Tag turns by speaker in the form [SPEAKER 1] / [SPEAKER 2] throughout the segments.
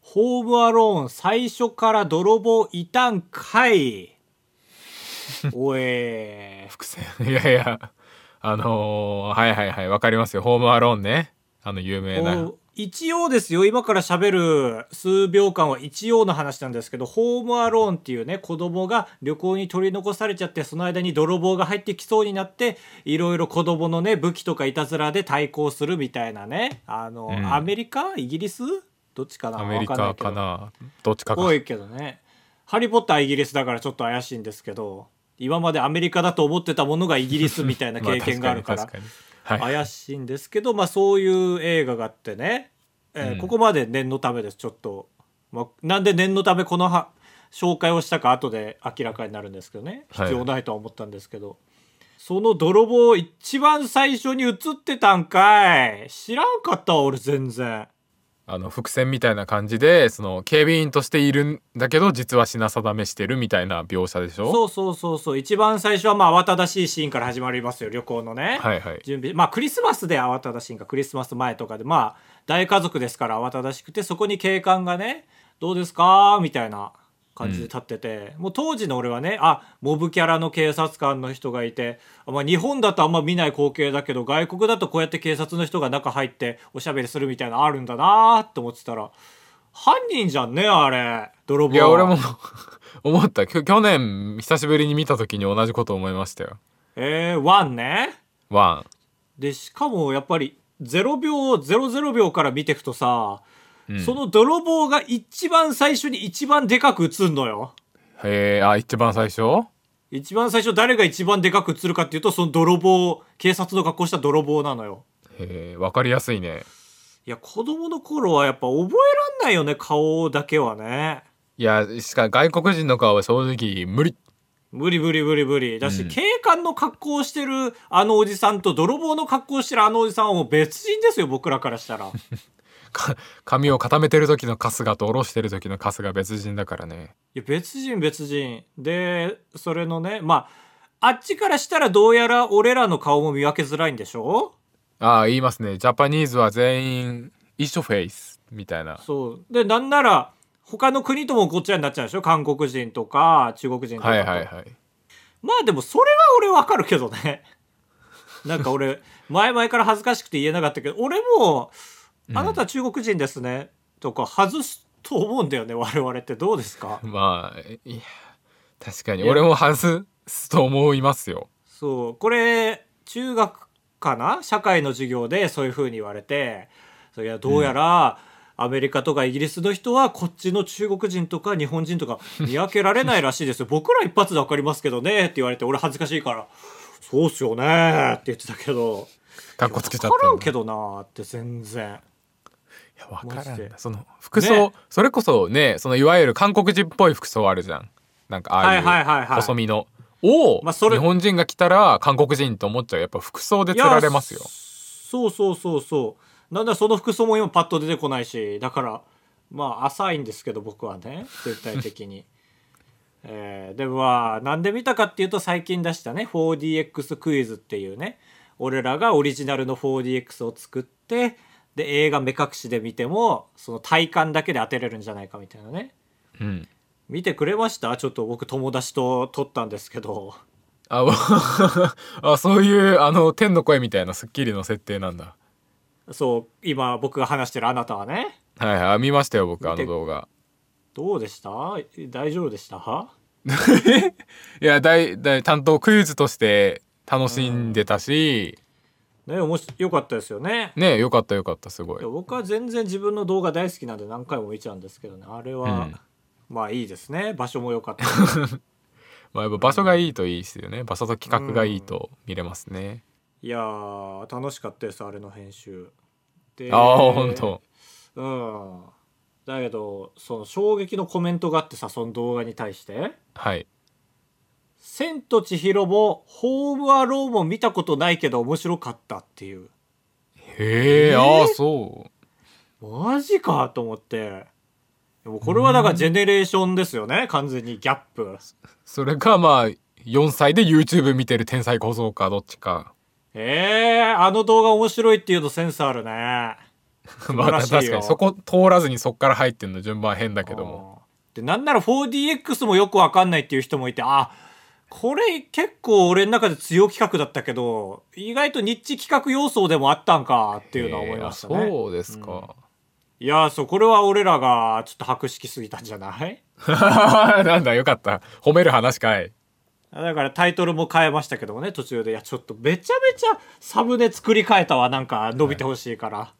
[SPEAKER 1] ホームアローン最初から泥棒いたんかいおえ
[SPEAKER 2] 伏線いやいやあのーはいはいはいわかりますよホームアローンねあの有名な
[SPEAKER 1] お一応ですよ今から喋る数秒間は一応の話なんですけどホームアローンっていうね子供が旅行に取り残されちゃってその間に泥棒が入ってきそうになっていろいろ子供のね武器とかいたずらで対抗するみたいなねあの、
[SPEAKER 2] うん
[SPEAKER 1] アメリカイギリスどっちかな
[SPEAKER 2] アメ
[SPEAKER 1] わん
[SPEAKER 2] リカ
[SPEAKER 1] いけど
[SPEAKER 2] かなどっちかか
[SPEAKER 1] 多いけどね「ハリー・ポッター」はイギリスだからちょっと怪しいんですけど今までアメリカだと思ってたものがイギリスみたいな経験があるから
[SPEAKER 2] ま確に確かにはい
[SPEAKER 1] 怪しいんですけど、まあ、そういう映画があってね、えー
[SPEAKER 2] うん
[SPEAKER 1] ここまで念のためですちょっと、まあ、なんで念のためこのは紹介をしたか後で明らかになるんですけどね
[SPEAKER 2] はい
[SPEAKER 1] 必要ないとは思ったんですけど、その泥棒一番最初に映ってたんかい知らんかったわ俺全然
[SPEAKER 2] あの伏線みたいな感じでその警備員としているんだけど実は品定めしてるみたいな描写でしょ
[SPEAKER 1] そうそうそうそう一番最初はまあ慌ただしいシーンから始まりますよ旅行のね、
[SPEAKER 2] はいはい
[SPEAKER 1] 準備まあクリスマスで慌ただしいんかクリスマス前とかでまあ大家族ですから慌ただしくてそこに警官がね「どうですか?」みたいな感じで立ってて、もう当時の俺はねあモブキャラの警察官の人がいて、まあ、日本だとあんま見ない光景だけど外国だとこうやって警察の人が中入っておしゃべりするみたいなのあるんだなーって思ってたら犯人じゃんねあれ泥棒
[SPEAKER 2] いや俺も 思ったきょ去年久しぶりに見た時に同じこと思いましたよ
[SPEAKER 1] えー、ワンね
[SPEAKER 2] ワ
[SPEAKER 1] でしかもやっぱり0秒00秒から見ていくとさ、
[SPEAKER 2] ン、うん
[SPEAKER 1] その泥棒が一番最初に一番でかく映んのよ
[SPEAKER 2] へえあ一番最初
[SPEAKER 1] 一番最初誰が一番でかく映るかっていうとその泥棒警察の格好した泥棒なのよ
[SPEAKER 2] へえわかりやすいね
[SPEAKER 1] いや子供の頃はやっぱ覚えらんないよね顔だけはね
[SPEAKER 2] いやしか外国人の顔は正直無理
[SPEAKER 1] 無理無理無理無理だし、
[SPEAKER 2] うん
[SPEAKER 1] 警官の格好をしてるあのおじさんと泥棒の格好をしてるあのおじさんはもう別人ですよ僕らからしたら
[SPEAKER 2] か髪を固めてる時の春日と下ろしてる時の春日別人だからね
[SPEAKER 1] いや別人別人でそれのねまああっちからしたらどうやら俺らの顔も見分けづらいんでしょ
[SPEAKER 2] ああ言いますねジャパニーズは全員一緒フェイスみたいな
[SPEAKER 1] そうでなんなら他の国ともごっちゃになっちゃうでしょ韓国人とか中国人とかと
[SPEAKER 2] はいはいはい
[SPEAKER 1] まあでもそれは俺わかるけどね なんか俺前々から恥ずかしくて言えなかったけど俺も「あなた中国人ですね」とか外すと思うんだよね我々ってどうですか
[SPEAKER 2] まあいや確かに
[SPEAKER 1] いや
[SPEAKER 2] 俺も外すと思いますよ
[SPEAKER 1] そうこれ中学かな社会の授業でそういう風に言われてそういやどうやら、アメリカとかイギリスの人はこっちの中国人とか日本人とか見分けられないらしいですよ 僕ら一発で分かりますけどねって言われて俺恥ずかしいから「そうっすよね」って言ってたけど
[SPEAKER 2] かっこつけちゃっ
[SPEAKER 1] 分か
[SPEAKER 2] た
[SPEAKER 1] ら
[SPEAKER 2] ん
[SPEAKER 1] ん
[SPEAKER 2] だ
[SPEAKER 1] けどなーって全然
[SPEAKER 2] いやわから
[SPEAKER 1] マ
[SPEAKER 2] ん
[SPEAKER 1] ジで
[SPEAKER 2] なその服装、
[SPEAKER 1] ね
[SPEAKER 2] それこそねそのいわゆる韓国人っぽい服装あるじゃんなんかああいう
[SPEAKER 1] はいはいはいはい
[SPEAKER 2] 細身のを、
[SPEAKER 1] まあそれ
[SPEAKER 2] 日本人が着たら韓国人と思っちゃうやっぱ服装で
[SPEAKER 1] い
[SPEAKER 2] 釣られますよ
[SPEAKER 1] そうそうそうそうなんだその服装も今パッと出てこないしだからまあ浅いんですけど僕はね絶対的に えーでもまあなんで見たかっていうと最近出したね 4DX クイズっていうね俺らがオリジナルの 4DX を作ってで映画目隠しで見てもその体感だけで当てれるんじゃないかみたいなね
[SPEAKER 2] うん
[SPEAKER 1] 見てくれましたちょっと僕友達と撮ったんですけど
[SPEAKER 2] あわ あそういうあの天の声みたいなスッキリの設定なんだ
[SPEAKER 1] そう今僕が話してるあなたはね
[SPEAKER 2] はいはいあ見ましたよ僕あ
[SPEAKER 1] 見て
[SPEAKER 2] の動画
[SPEAKER 1] どうでした大丈夫でした
[SPEAKER 2] いやだいだい担当クイズとして楽しんでたし、
[SPEAKER 1] ねおもしよかったですよね
[SPEAKER 2] ねよかったよかったすごい
[SPEAKER 1] いや僕は全然自分の動画大好きなんで何回も見ちゃうんですけどねあれは、まあいいですね場所も良かった
[SPEAKER 2] まあ、やっぱ場所がいいといいですよね場所と企画がいいと見れますね、
[SPEAKER 1] いやー楽しかったですあれの編集で
[SPEAKER 2] ああ本当
[SPEAKER 1] うんだけどその衝撃のコメントがあってさその動画に対して
[SPEAKER 2] はい
[SPEAKER 1] 「千と千尋」も「ホームアローン」も見たことないけど面白かったっていう
[SPEAKER 2] へえ、
[SPEAKER 1] えー
[SPEAKER 2] ああそう
[SPEAKER 1] マジかと思ってでもこれはだからジェネレーションですよね完全にギャップ
[SPEAKER 2] それかまあ4歳で YouTube 見てる天才小僧かどっちか
[SPEAKER 1] ええあの動画面白いっていうとセンスあるね。
[SPEAKER 2] まあ
[SPEAKER 1] らしいよ
[SPEAKER 2] 確かにそこ通らずにそっから入ってんの順番変だけども
[SPEAKER 1] でなんなら 4DX もよくわかんないっていう人もいてあこれ結構俺の中で強企画だったけど意外とニッチ企画要素でもあったんかっていうのは思いましたね、
[SPEAKER 2] えーあそうですか、
[SPEAKER 1] いやーそうこれは俺らがちょっと博識すぎたんじゃない
[SPEAKER 2] なんだよかった褒める話かい
[SPEAKER 1] だからタイトルも変えましたけどもね途中でいやちょっとめちゃめちゃサムネ作り変えたわなんか伸びてほしいから、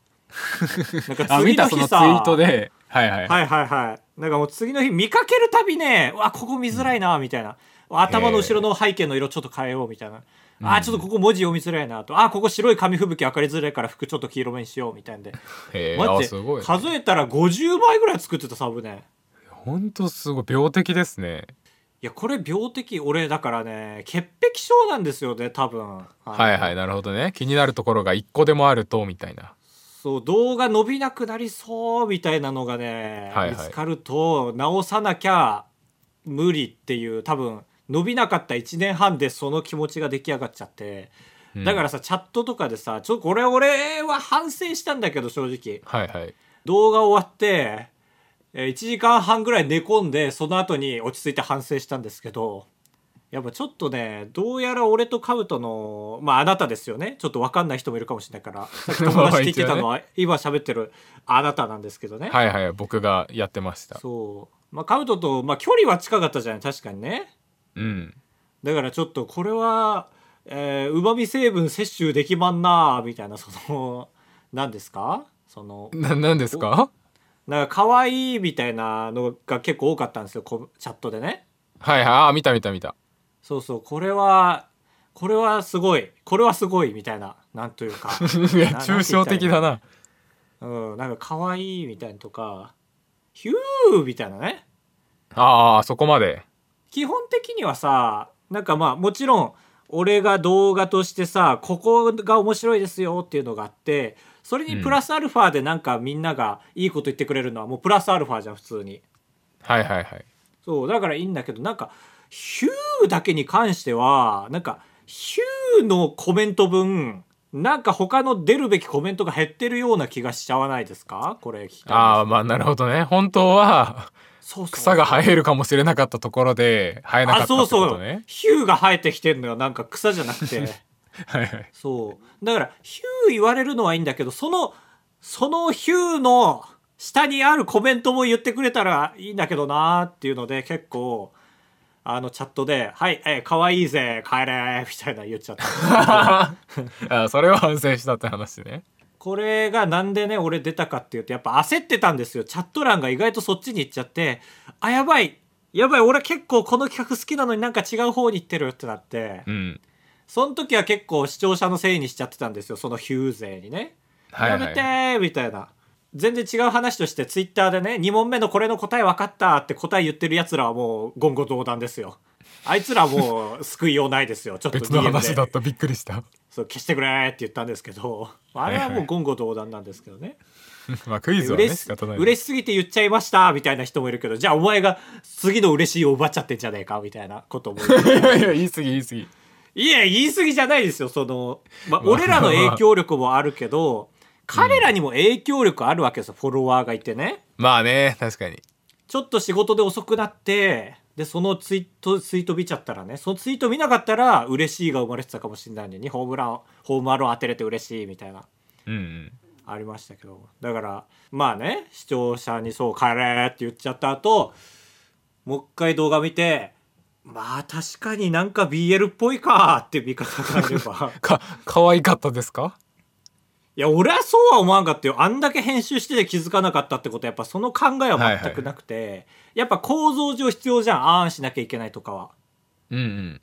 [SPEAKER 1] なんか
[SPEAKER 2] あ見
[SPEAKER 1] 次の
[SPEAKER 2] たその
[SPEAKER 1] 日
[SPEAKER 2] ツイ
[SPEAKER 1] さ
[SPEAKER 2] ートではいはい、
[SPEAKER 1] はいはいはい。なんかもう次の日見かけるたびね、うわ、ここ見づらいな、みたいな。頭の後ろの背景の色ちょっと変えよう、みたいな。あー、ちょっとここ文字読みづらいなと。あー、ここ白い紙吹雪明かりづらいから服ちょっと黄色めにしよう、みたいんで。
[SPEAKER 2] えー、
[SPEAKER 1] 待
[SPEAKER 2] あ
[SPEAKER 1] って
[SPEAKER 2] すごい、ね、
[SPEAKER 1] 数えたら50枚ぐらい作ってたサブね。
[SPEAKER 2] ほんとすごい病的ですね
[SPEAKER 1] いや、これ病的、俺だからね、潔癖症なんですよね、多分。は
[SPEAKER 2] はいはいなるほどね気になるところが一個でもあるとみたいな
[SPEAKER 1] そう動画伸びなくなりそうみたいなのがね、
[SPEAKER 2] はいはい
[SPEAKER 1] 見つかると直さなきゃ無理っていう多分伸びなかった1年半でその気持ちが出来上がっちゃって、
[SPEAKER 2] うん
[SPEAKER 1] だからさチャットとかでさちょっとこれ俺は反省したんだけど正直
[SPEAKER 2] はいはい
[SPEAKER 1] 動画終わって1時間半ぐらい寝込んでその後に落ち着いて反省したんですけどやっぱちょっとねどうやら俺とカブトのまああなたですよねちょっと分かんない人もいるかもしれないからさっき友達聞いてたのは今喋ってるあなたなんですけどね、
[SPEAKER 2] はいはい僕がやってました
[SPEAKER 1] そう、まあ、カブトと、まあ、距離は近かったじゃない確かにね
[SPEAKER 2] うん
[SPEAKER 1] だからちょっとこれはうまみ成分摂取できまんなみたいなその何ですかその
[SPEAKER 2] ななんですか
[SPEAKER 1] なんか可愛いみたいなのが結構多かったんですよこチャットでね
[SPEAKER 2] はいはいあ見た見た見た
[SPEAKER 1] そうそうこれはこれはすごいこれはすごいみたいななんというか、
[SPEAKER 2] いや 抽象的だな
[SPEAKER 1] うん、なんか可愛いみたいなとかヒューみたいなね
[SPEAKER 2] ああそこまで
[SPEAKER 1] 基本的にはさなんかまあもちろん俺が動画としてさここが面白いですよっていうのがあってそれにプラスアルファでなんかみんながいいこと言ってくれるのはもうプラスアルファじゃん普通に
[SPEAKER 2] はいはいはい
[SPEAKER 1] そうだからいいんだけどなんかヒューだけに関してはなんかヒューのコメント分なんか他の出るべきコメントが減ってるような気がしちゃわないですかこれ聞きたい
[SPEAKER 2] ああまあなるほどね本当は
[SPEAKER 1] そうそう
[SPEAKER 2] 草が生えるかもしれなかったところで生えなか
[SPEAKER 1] あ
[SPEAKER 2] った
[SPEAKER 1] そ
[SPEAKER 2] っ
[SPEAKER 1] う
[SPEAKER 2] てこ
[SPEAKER 1] そ
[SPEAKER 2] と
[SPEAKER 1] う、
[SPEAKER 2] ね
[SPEAKER 1] ヒューが生えてきてるのよなんか草じゃなくて
[SPEAKER 2] はいはい
[SPEAKER 1] そうだからヒュー言われるのはいいんだけどそのそのヒューの下にあるコメントも言ってくれたらいいんだけどなーっていうので結構あのチャットで「はい、えー、かわいいぜ帰れ」み たいな言っちゃった。
[SPEAKER 2] あーそれを反省したって話ね
[SPEAKER 1] これがなんでね俺出たかっていうとやっぱ焦ってたんですよチャット欄が意外とそっちに行っちゃってあやばいやばい俺結構この企画好きなのになんか違う方に行ってるってなって
[SPEAKER 2] うん
[SPEAKER 1] その時は結構視聴者のせいにしちゃってたんですよそのヒュー勢にね、
[SPEAKER 2] はいはい
[SPEAKER 1] やめてーみたいな全然違う話としてツイッターでね2問目のこれの答え分かったって答え言ってるやつらはもう言語道断ですよあいつらもう救いようないですよちょっと
[SPEAKER 2] 別の
[SPEAKER 1] DM で
[SPEAKER 2] 話だったびっくりした
[SPEAKER 1] そう消してくれーって言ったんですけどあれはもう言語道断なんですけどね、
[SPEAKER 2] まあクイズはね
[SPEAKER 1] 嬉し
[SPEAKER 2] 仕方ない
[SPEAKER 1] 嬉しすぎて言っちゃいましたみたいな人もいるけどじゃあお前が次の嬉しいを奪っちゃってんじゃねえかみたいなことも
[SPEAKER 2] いやい や言い過ぎ言い過ぎ
[SPEAKER 1] いや言い過ぎじゃないですよその、まあ、
[SPEAKER 2] まあ
[SPEAKER 1] 俺らの影響力もあるけど彼らにも影響力あるわけですよフォロワーがいてね
[SPEAKER 2] まあね確かに
[SPEAKER 1] ちょっと仕事で遅くなってでそのツイートツイート見ちゃったらねそのツイート見なかったら嬉しいが生まれてたかもしれないのにホームランホームランを当てれて嬉しいみたいな
[SPEAKER 2] うんうん
[SPEAKER 1] ありましたけどだからまあね視聴者にそう「カレー」って言っちゃった後もう一回動画見てまあ確かになんか BL っぽいかって見方があれば
[SPEAKER 2] か可愛かったですか
[SPEAKER 1] いや俺はそうは思わんかったよあんだけ編集してて気づかなかったってことはやっぱその考えは全くなくて、やっぱ構造上必要じゃんあーんしなきゃいけないとかは。
[SPEAKER 2] うんうん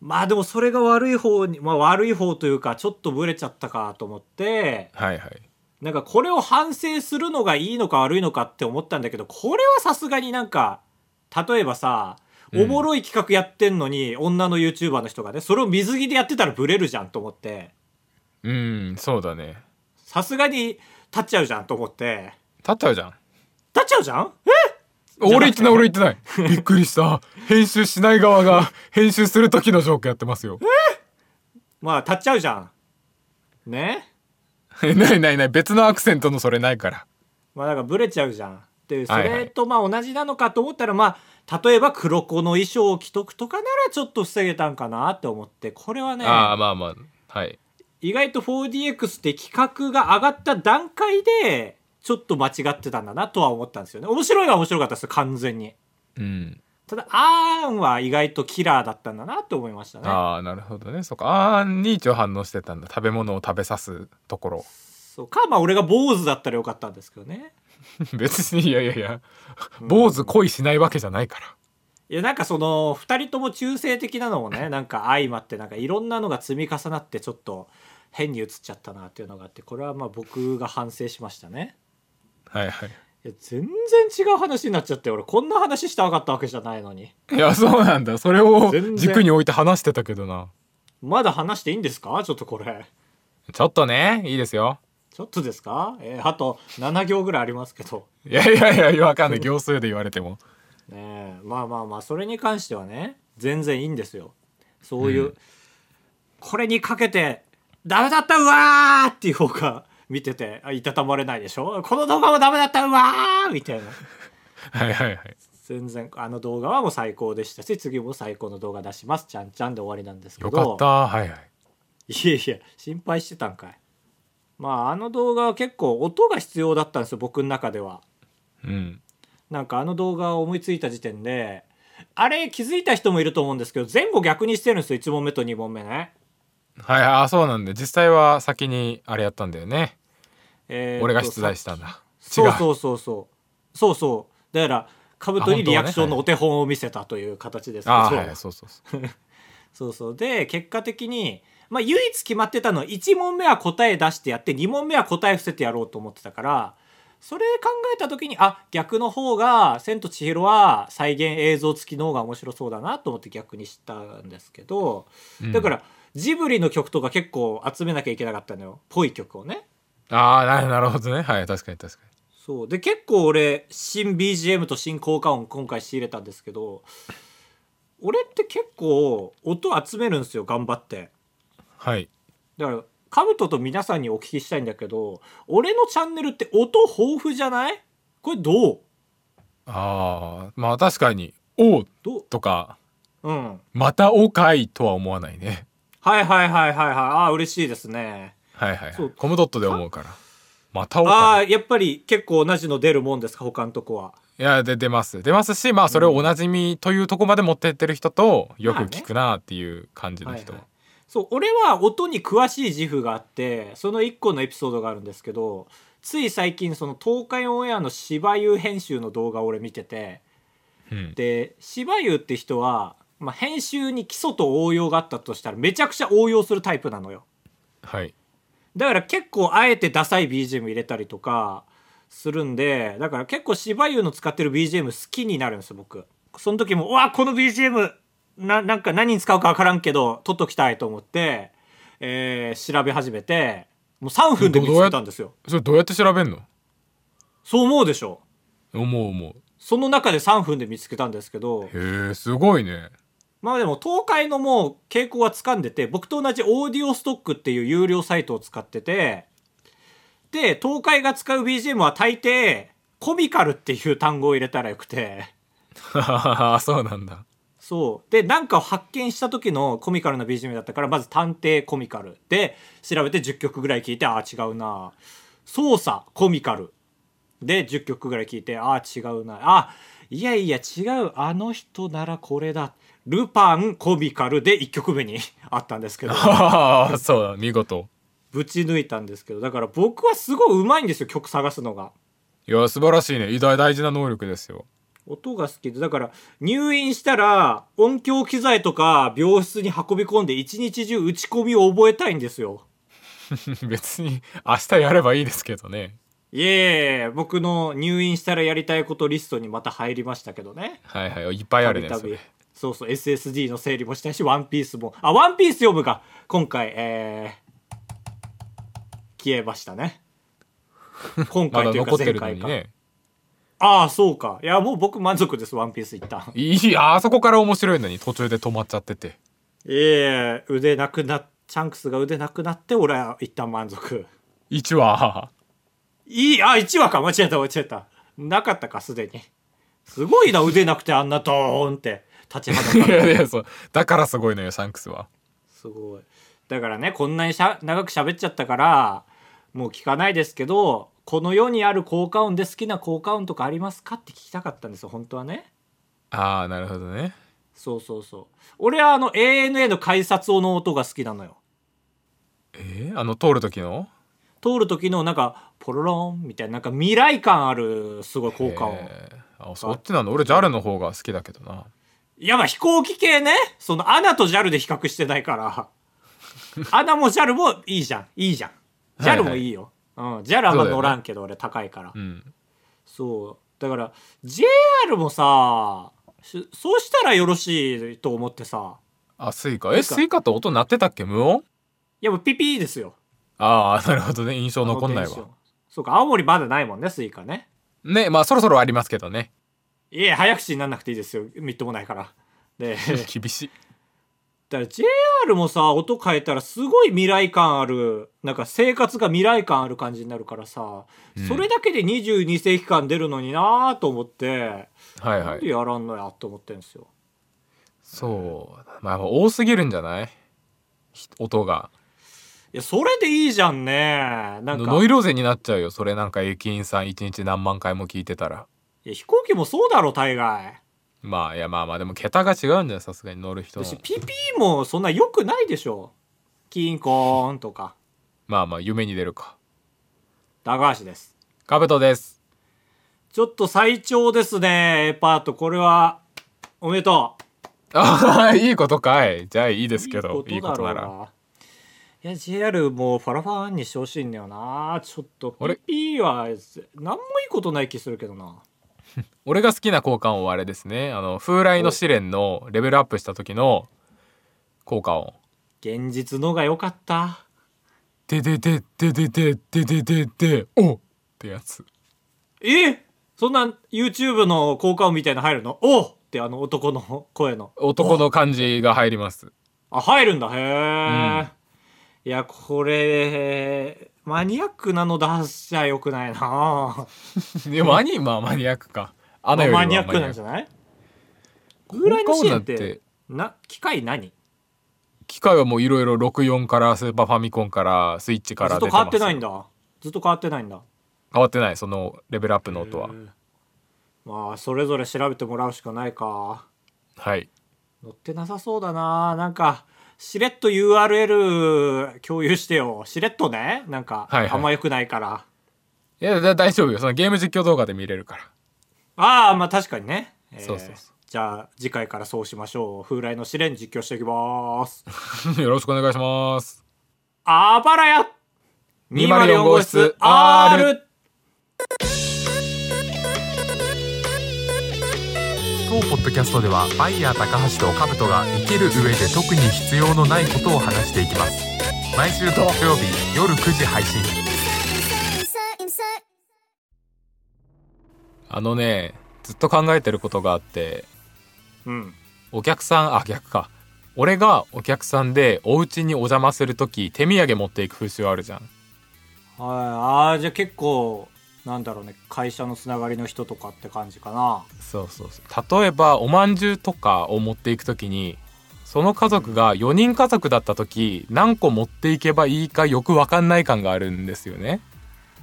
[SPEAKER 1] まあでもそれが悪い方に、まあ悪い方というかちょっとブレちゃったかと思って、
[SPEAKER 2] はいはい
[SPEAKER 1] なんかこれを反省するのがいいのか悪いのかって思ったんだけど、これはさすがになんか、例えばさ、
[SPEAKER 2] うん
[SPEAKER 1] おもろい企画やってんのに、女の YouTuber の人がね、それを水着でやってたらブレるじゃんと思って、
[SPEAKER 2] うんそうだね
[SPEAKER 1] さすがに立っちゃうじゃんと思って、
[SPEAKER 2] 立っちゃうじゃん
[SPEAKER 1] 立っちゃうじゃんえ
[SPEAKER 2] 俺言ってない俺言ってないびっくりした編集しない側が編集する時のジョークやってますよ
[SPEAKER 1] まあ立っちゃうじゃん。ね
[SPEAKER 2] ないないない別のアクセントのそれないから
[SPEAKER 1] まあなんかブレちゃうじゃんっていうそ
[SPEAKER 2] はいはい
[SPEAKER 1] れとまあ同じなのかと思ったらまあ例えば黒子の衣装を着とくとかならちょっと防げたんかなって思ってこれはね
[SPEAKER 2] ああまあまあはい
[SPEAKER 1] 意外と 4DX って企画が上がった段階でちょっと間違ってたんだなとは思ったんですよね面白いは面白かったです完全に
[SPEAKER 2] うん
[SPEAKER 1] ただアーンは意外とキラーだったんだなと思いましたね
[SPEAKER 2] ああなるほどねそっかあーに一応反応してたんだ食べ物を食べさすところ
[SPEAKER 1] そうかまあ俺が坊主だったらよかったんですけどね
[SPEAKER 2] 別にいやいやいや坊主恋しないわけじゃないから
[SPEAKER 1] いやなんかその2人とも中性的なのもねなんか相まってなんかいろんなのが積み重なってちょっと変に映っちゃったなっていうのがあってこれはまあ僕が反省しましたね
[SPEAKER 2] はいはい
[SPEAKER 1] いや全然違う話になっちゃって俺こんな話したかったわけじゃないのに
[SPEAKER 2] いやそうなんだそれを
[SPEAKER 1] 全然
[SPEAKER 2] 軸に置いて話してたけどな
[SPEAKER 1] まだ話していいんですかちょっとこれ
[SPEAKER 2] ちょっとねいいですよ
[SPEAKER 1] ちょっとですかえーあと7行ぐらいありますけど
[SPEAKER 2] いやいやいやわかんない行数で言われても
[SPEAKER 1] ねえまあまあまあそれに関してはね全然いいんですよそういう、
[SPEAKER 2] うん
[SPEAKER 1] これにかけて「ダメだったうわー!」っていう方が見ててあいたたまれないでしょこの動画もダメだったうわーみたいな
[SPEAKER 2] はいはいはい
[SPEAKER 1] 全然あの動画はもう最高でしたし次も最高の動画出しますちゃんちゃんで終わりなんですけど
[SPEAKER 2] よかったはいはい
[SPEAKER 1] いやいや心配してたんかいまああの動画は結構音が必要だったんですよ僕の中では
[SPEAKER 2] うん
[SPEAKER 1] なんかあの動画を思いついた時点であれ気づいた人もいると思うんですけど前後逆にしてるんですよ1問目と2問目ね、
[SPEAKER 2] はいはいあそうなんで実際は先にあれやったんだよね
[SPEAKER 1] えーっと
[SPEAKER 2] 俺が出題したんだ違
[SPEAKER 1] そううそうそうそうそうそうだからカブトにリアクションのお手本を見せたという形ですけど、
[SPEAKER 2] ああはいそうそうそう
[SPEAKER 1] そうそうで結果的に、まあ、唯一決まってたのは1問目は答え出してやって2問目は答え伏せてやろうと思ってたからそれ考えた時にあ逆の方が「千と千尋」は再現映像付きの方が面白そうだなと思って逆にしたんですけど、
[SPEAKER 2] うん
[SPEAKER 1] だからジブリの曲とか結構集めなきゃいけなかったのよぽい曲をね。
[SPEAKER 2] ああななるほどねはい確かに確か
[SPEAKER 1] そうで結構俺新 BGM と新効果音今回仕入れたんですけど俺って結構音集めるんですよ頑張って。
[SPEAKER 2] にはい
[SPEAKER 1] だからカブトと皆さんにお聞きしたいんだけど俺のチャンネルって音豊富じゃないこれどう
[SPEAKER 2] ああまあ確かに「おう
[SPEAKER 1] どう」
[SPEAKER 2] とか
[SPEAKER 1] うん
[SPEAKER 2] 「またおかい」とは思わないね
[SPEAKER 1] はいはいはいはいはいああ嬉しいですね
[SPEAKER 2] はいはい、は
[SPEAKER 1] そう
[SPEAKER 2] い、コムドットで思うから「またお
[SPEAKER 1] あ
[SPEAKER 2] か
[SPEAKER 1] あ
[SPEAKER 2] い」
[SPEAKER 1] やっぱり結構同じの出るもんですか他のとこはい
[SPEAKER 2] やで出ます出ますしまあそれをおなじみというとこまで持ってってる人とよく聞くなっていう感じの人、
[SPEAKER 1] はいはいそう俺は音に詳しい自負があってその1個のエピソードがあるんですけどつい最近その東海オンエアの芝優編集の動画を俺見てて
[SPEAKER 2] うん、
[SPEAKER 1] で芝優って人は、まあ、編集に基礎と応用があったとしたらめちゃくちゃ応用するタイプなのよ
[SPEAKER 2] はい
[SPEAKER 1] だから結構あえてダサい BGM 入れたりとかするんでだから結構芝優の使ってる BGM 好きになるんですよ僕その時もうわこの BGM ななんか何に使うか分からんけど取っときたいと思って、えー調べ始めてもう3分で見つけたんですよ
[SPEAKER 2] それどうやって調べんの
[SPEAKER 1] そう思うでしょ
[SPEAKER 2] 思う思
[SPEAKER 1] その中で3分で見つけたんですけど
[SPEAKER 2] うへえすごいね
[SPEAKER 1] まあでも東海のもう傾向は掴んでて僕と同じオーディオストックっていう有料サイトを使っててで東海が使う BGM は大抵コミカルっていう単語を入れたらよくて
[SPEAKER 2] ああそうなんだ
[SPEAKER 1] そうでなんかを発見した時のコミカルな BGM だったからまず「探偵コミカル」で調べて10曲ぐらい聞いてああ違うな捜査コミカルで10曲ぐらい聞いてああ違うなあいやいや違うあの人ならこれだルパンコミカルで1曲目にあったんですけど
[SPEAKER 2] ああそうだ見事
[SPEAKER 1] ぶち抜いたんですけどだから僕はすごいうまいんですよ曲探すのが
[SPEAKER 2] いや素晴らしいね偉大大事な能力ですよ
[SPEAKER 1] 音が好きでだから入院したら音響機材とか病室に運び込んで一日中打ち込みを覚えたいんですよ
[SPEAKER 2] 別に明日やればいいですけどね
[SPEAKER 1] いえいえ僕の入院したらやりたいことリストにまた入りましたけどね
[SPEAKER 2] はいはいいっぱいあるねそれ
[SPEAKER 1] そうそう SSD の整理もしたいしワンピースもあワンピース読むか今回えー、消えました ね今
[SPEAKER 2] ま
[SPEAKER 1] 回
[SPEAKER 2] だ
[SPEAKER 1] という
[SPEAKER 2] 残
[SPEAKER 1] か
[SPEAKER 2] って
[SPEAKER 1] 前
[SPEAKER 2] るの
[SPEAKER 1] 回
[SPEAKER 2] に
[SPEAKER 1] か、
[SPEAKER 2] ね
[SPEAKER 1] ああそうかいやもう僕満足ですワンピース一旦
[SPEAKER 2] いいああそこから面白いのに途中で止まっちゃってて
[SPEAKER 1] いえいえ腕なくなチャンクスが腕なくなって俺は一旦満足
[SPEAKER 2] 1話
[SPEAKER 1] いい、あ、1話か。間違えた、間違えた。なかったか、すでに。すごいな、腕なくてあんなドーンって立ちはだ
[SPEAKER 2] い
[SPEAKER 1] か る。
[SPEAKER 2] やいやそうだからすごいのよシャンクスは
[SPEAKER 1] すごい。だからね、こんなにしゃ長く喋っちゃったから、もう聞かないですけど、この世にある効果音で好きな効果音とかありますかって聞きたかったんですよ、本当はね。
[SPEAKER 2] ああなるほどね
[SPEAKER 1] そうそうそう。俺はあの ANA の改札音の音が好きなのよ。
[SPEAKER 2] えー、あの通る時の
[SPEAKER 1] 通る時のなんか、ポロロンみたいな、なんか未来感ある、すごい効果音。
[SPEAKER 2] えーあそっちなの俺 JAL の方が好きだけどない
[SPEAKER 1] やまあ飛行機系ねそのアナと JAL で比較してないから アナも JAL もいいじゃんいいじゃん
[SPEAKER 2] はい
[SPEAKER 1] JAL もいいよ、うん、JAL はあんま乗らんけど、俺高いから、
[SPEAKER 2] うん
[SPEAKER 1] そうだから JR もさしそうしたらよろしいと思ってさ
[SPEAKER 2] あスイカえスイカって音鳴ってたっけ無音
[SPEAKER 1] いやもうピピーですよ
[SPEAKER 2] ああなるほどね印象残んない
[SPEAKER 1] あのテン
[SPEAKER 2] わ
[SPEAKER 1] ションそうか青森まだないもんねスイカね
[SPEAKER 2] ねまあそろそろありますけどね
[SPEAKER 1] いや早口になんなくていいですよみっともないからで
[SPEAKER 2] 厳しい
[SPEAKER 1] だから JR もさ音変えたらすごい未来感あるなんか生活が未来感ある感じになるからさ、
[SPEAKER 2] うん
[SPEAKER 1] それだけで22世紀感出るのになーと思って、
[SPEAKER 2] はいは
[SPEAKER 1] なんで
[SPEAKER 2] い
[SPEAKER 1] やらんのやと思ってんですよ
[SPEAKER 2] そうまあやっぱ多すぎるんじゃないひ音が
[SPEAKER 1] いやそれでいいじゃんねなんか
[SPEAKER 2] ノイローゼになっちゃうよそれなんか駅員さん一日何万回も聞いてたら
[SPEAKER 1] いや飛行機もそうだろ大概
[SPEAKER 2] まあいやまあまあでも桁が違うんじゃないさすがに乗る人の
[SPEAKER 1] 私ピピーもそんな良くないでしょキンコーンとか
[SPEAKER 2] まあまあ夢に出るか
[SPEAKER 1] 高橋です
[SPEAKER 2] カブトです
[SPEAKER 1] ちょっと最長ですねエパートこれはおめでとう
[SPEAKER 2] ああ いいことかいじゃあいいですけどいいこと
[SPEAKER 1] いいことだろう
[SPEAKER 2] な
[SPEAKER 1] な
[SPEAKER 2] ら
[SPEAKER 1] いや JR もうファラファンにしてほしいんだよなちょっと
[SPEAKER 2] あれ
[SPEAKER 1] PP は何もいいことない気するけどな
[SPEAKER 2] 俺が好きな効果音はあれですねあの風来の試練のレベルアップした時の効果音
[SPEAKER 1] 現実のが良かった
[SPEAKER 2] 「ででででででででででおってやつ
[SPEAKER 1] えそんな YouTube の効果音みたいなの入るのおうってあの男の声の
[SPEAKER 2] 男の感じが入ります
[SPEAKER 1] あ入るんだへえ、いやこれマニアックなの出しちゃよくないな
[SPEAKER 2] でもマニまあマニアックかアナよりは
[SPEAKER 1] マニアックなんじゃ
[SPEAKER 2] ゃ
[SPEAKER 1] ないぐらいのシーンっ
[SPEAKER 2] 効果音だって
[SPEAKER 1] てな機械何
[SPEAKER 2] 機械はもういろいろ64からスーパーファミコンからスイッチから
[SPEAKER 1] ずっ
[SPEAKER 2] 出て
[SPEAKER 1] と
[SPEAKER 2] ます
[SPEAKER 1] 変わってないんだずっと変わってないんだ
[SPEAKER 2] 変わってないそのレベルアップの音は
[SPEAKER 1] まあそれぞれ調べてもらうしかないか
[SPEAKER 2] はい
[SPEAKER 1] 載ってなさそうだななんかしれっと URL 共有してよしれっとねなんか、
[SPEAKER 2] はいはい
[SPEAKER 1] あんま良くないから
[SPEAKER 2] いやだ大丈夫よそのゲーム実況動画で見れるから
[SPEAKER 1] ああまあ確かにね、えー
[SPEAKER 2] そうそうそ
[SPEAKER 1] じゃあ次回からそうしましょう風来の試練実況していきます
[SPEAKER 2] よろしくお願いします
[SPEAKER 1] あばらや
[SPEAKER 2] 204号室
[SPEAKER 1] R
[SPEAKER 2] 当ポッドキャストではバイヤー高橋とカブトが生きる上で特に必要のないことを話していきます毎週土曜日夜9時配信
[SPEAKER 3] insert, insert.
[SPEAKER 2] あのねずっと考えてることがあって
[SPEAKER 1] うん
[SPEAKER 2] お客さんあ逆か俺がお客さんでお家にお邪魔する時手土産持っていく風習あるじゃん
[SPEAKER 1] はいあーじゃあ結構なんだろうね会社のつながりの人とかって感じかな
[SPEAKER 2] そうそうそう例えばおまんじゅうとかを持っていく時にその家族が4人家族だった時何個持っていけばいいかよく分かんない感があるんですよね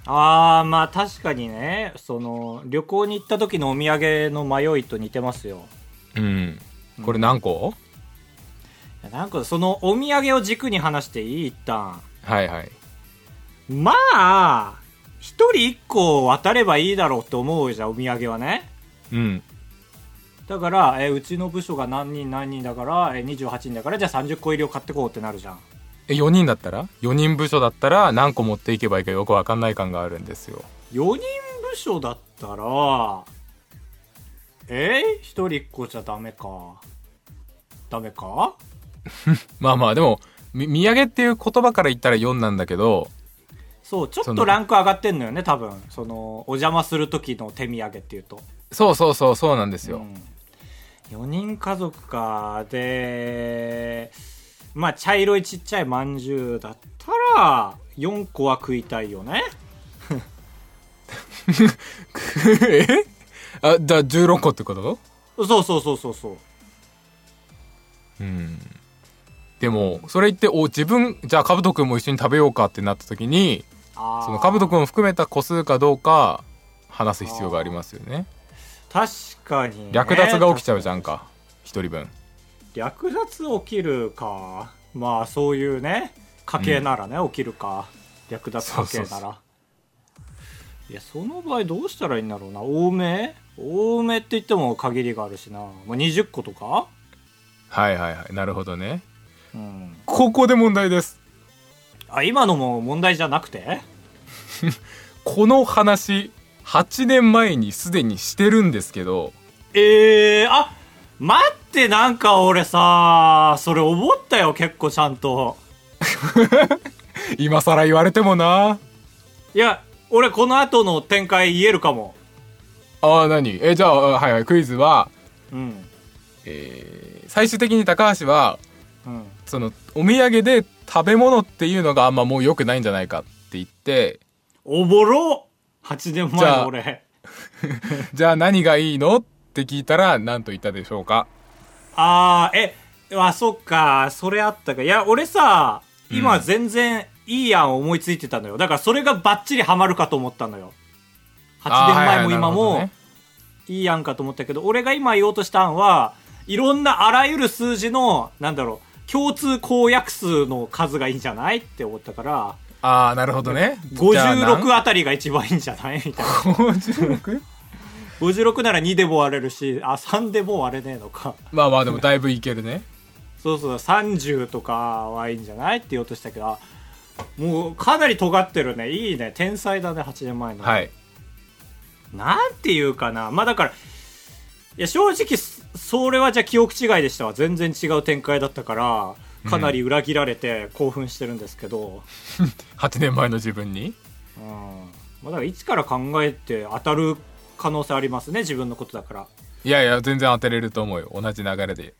[SPEAKER 1] あーまあ確かにねその旅行に行った時のお土産の迷いと似てますよ
[SPEAKER 2] うんこれ何個、
[SPEAKER 1] いやなんかそのお土産を軸に話していい一旦
[SPEAKER 2] はいはい
[SPEAKER 1] まあ一人一個渡ればいいだろうと思うじゃんお土産はね
[SPEAKER 2] うん
[SPEAKER 1] だからえうちの部署が何人何人だからえ28人だからじゃあ30個入りを買ってこうってなるじゃん
[SPEAKER 2] え4人だったら4人部署だったら何個持っていけばいいかよく分かんない感があるんですよ
[SPEAKER 1] 4人部署だったらえー、1人1個じゃダメかダメか
[SPEAKER 2] まあまあでもみ土産っていう言葉から言ったら4なんだけど
[SPEAKER 1] そうちょ
[SPEAKER 2] そ
[SPEAKER 1] っ
[SPEAKER 2] の
[SPEAKER 1] とランク上がってんのよね多分そのお邪魔する時の手土産っていうと、
[SPEAKER 2] そうそうそうそうなんです
[SPEAKER 1] う
[SPEAKER 2] よ、
[SPEAKER 1] ん、4人家族かでまあ茶色いちっちゃいまんじゅうだったらあ4個は食いたいよね
[SPEAKER 2] えあじゃあ16個ってこと
[SPEAKER 1] そうそうそうそうそう
[SPEAKER 2] うんでもそれ言ってお自分じゃあカブト君も一緒に食べようかってなった時に
[SPEAKER 1] あー
[SPEAKER 2] そのカブト君を含めた個数かどうか話す必要がありますよね
[SPEAKER 1] 確かにね、
[SPEAKER 2] 略奪が起きちゃうじゃんか一人分
[SPEAKER 1] 略奪起きるかまあそういうね家系ならね、起きるか略奪家系なら
[SPEAKER 2] そうそう
[SPEAKER 1] いやその場合どうしたらいいんだろうな多め多めって言っても限りがあるしな、まあ、20個とか
[SPEAKER 2] はいはいはいなるほどね
[SPEAKER 1] うん
[SPEAKER 2] ここで問題です
[SPEAKER 1] あ今のも問題じゃなくて
[SPEAKER 2] この話8年前にすでにしてるんですけど
[SPEAKER 1] えー、あ待ってなんか俺さそれ思ったよ結構ちゃんと
[SPEAKER 2] 今更言われてもない
[SPEAKER 1] や俺この後の展開言えるかも
[SPEAKER 2] あー何えじゃあはいはいクイズは、
[SPEAKER 1] うん
[SPEAKER 2] えー最終的に高橋は
[SPEAKER 1] うん
[SPEAKER 2] そのお土産で食べ物っていうのがあんまもう良くないんじゃないかって 言って
[SPEAKER 1] おぼろ8年
[SPEAKER 2] じ
[SPEAKER 1] 前
[SPEAKER 2] ゃ
[SPEAKER 1] の
[SPEAKER 2] あ
[SPEAKER 1] 俺
[SPEAKER 2] じゃあ何がいいのって聞いたら何と言ったでしょうか
[SPEAKER 1] ああえあそっかそれあったかいや俺さ今全然いい案を思いついてたのよだからそれがバッチリハマるかと思ったのよ8年前も今
[SPEAKER 2] あーはいはいなる
[SPEAKER 1] も
[SPEAKER 2] ほ
[SPEAKER 1] いい案かと思ったけど俺が今言おうとした案はいろんなあらゆる数字のなんだろう共通公約数の数がいいんじゃないって思ったから
[SPEAKER 2] どねあーなるほど ねじゃあ何
[SPEAKER 1] 56あたりが一番いいんじゃないみたいな
[SPEAKER 2] 56?
[SPEAKER 1] 56なら2でも割れるしあ3でも割れねえのか
[SPEAKER 2] まあまあでもだいぶいけるね
[SPEAKER 1] そうそう30とかはいいんじゃないって言おうとしたけどあもうかなり尖ってるねいいね天才だね8年前の
[SPEAKER 2] はい
[SPEAKER 1] なんていうかなまあだからいや正直そそれはじゃあ記憶違いでしたわ全然違う展開だったからかなり裏切られて興奮してるんですけど、
[SPEAKER 2] 8年前の自分に
[SPEAKER 1] うんまあ、だから一から考えて当たる可能性ありますね自分のことだから
[SPEAKER 2] いやいや全然当てれると思うよ同じ流れで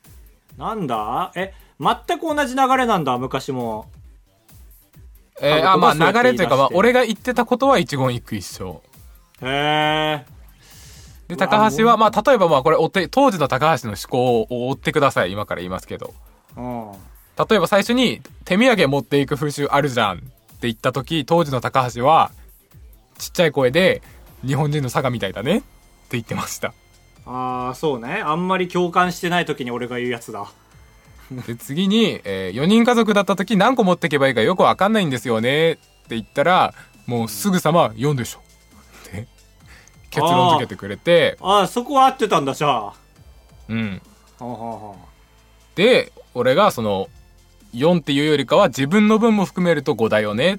[SPEAKER 1] なんだえ全く同じ流れなんだ昔も
[SPEAKER 2] えー、
[SPEAKER 1] あ
[SPEAKER 2] あまあ
[SPEAKER 1] 僕もそうやって
[SPEAKER 2] 流れというか、ま
[SPEAKER 1] 言い出し
[SPEAKER 2] あ
[SPEAKER 1] て
[SPEAKER 2] 俺が言ってたことは一言一句一緒
[SPEAKER 1] へえ
[SPEAKER 2] で
[SPEAKER 1] うわ
[SPEAKER 2] 高橋
[SPEAKER 1] も
[SPEAKER 2] は
[SPEAKER 1] う
[SPEAKER 2] まあ例えばまあこれ追って当時の高橋の思考を追ってください今から言いますけど
[SPEAKER 1] うん
[SPEAKER 2] 例えば最初に手土産持っていく風習あるじゃんって言った時当時の高橋はちっちゃい声で日本人の佐賀みたいだねって言ってました
[SPEAKER 1] ああそうねあんまり共感してない時に俺が言うやつだ
[SPEAKER 2] で次に、え4人家族だった時何個持ってけばいいかよくわかんないんですよねって言ったらもうすぐさま「4でしょ」って結論付けてくれて
[SPEAKER 1] ああそこは合ってたんだじゃあ
[SPEAKER 2] うん
[SPEAKER 1] ほうほうほ
[SPEAKER 2] で俺がその4っていうよりかは自分の分も含めると5だよねっ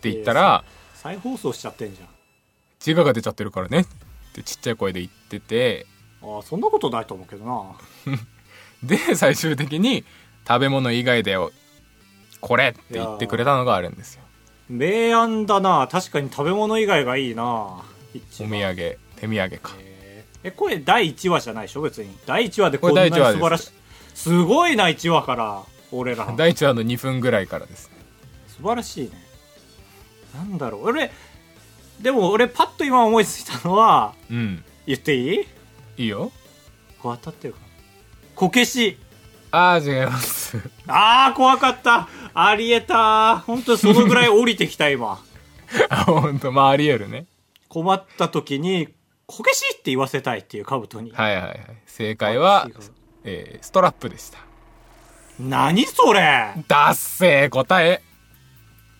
[SPEAKER 2] て言ったら
[SPEAKER 1] う再放送しちゃってんじゃん
[SPEAKER 2] 自我が出ちゃってるからねってちっちゃい声で言ってて
[SPEAKER 1] ああそんなことないと思うけどな
[SPEAKER 2] で 最終的に食べ物以外だよこれって言ってくれたのがあるんですよ
[SPEAKER 1] 明暗だな確かに食べ物以外がいいな一
[SPEAKER 2] お土
[SPEAKER 1] 番
[SPEAKER 2] 産手土産か
[SPEAKER 1] えこれ第1話じゃないでしょ別に第1話でこん
[SPEAKER 2] こ
[SPEAKER 1] な
[SPEAKER 2] れ
[SPEAKER 1] に
[SPEAKER 2] 第一話
[SPEAKER 1] 素晴らしいすごいな1話から俺ら
[SPEAKER 2] 第1話の2分ぐらいからですね
[SPEAKER 1] 素晴らしいねなんだろう俺でも俺パッと今思いついたのは
[SPEAKER 2] うん
[SPEAKER 1] 言っていい
[SPEAKER 2] いいよ
[SPEAKER 1] こう当たってるかなこけし
[SPEAKER 2] あー違います
[SPEAKER 1] あー怖かったありえた本当にそのぐらい降りてきた 今
[SPEAKER 2] あほんとまあありえるね
[SPEAKER 1] 困った時にこけしって言わせたいっていうカブトに、
[SPEAKER 2] はいはいはい正解は、えーストラップでした
[SPEAKER 1] 何それ
[SPEAKER 2] だっせー答え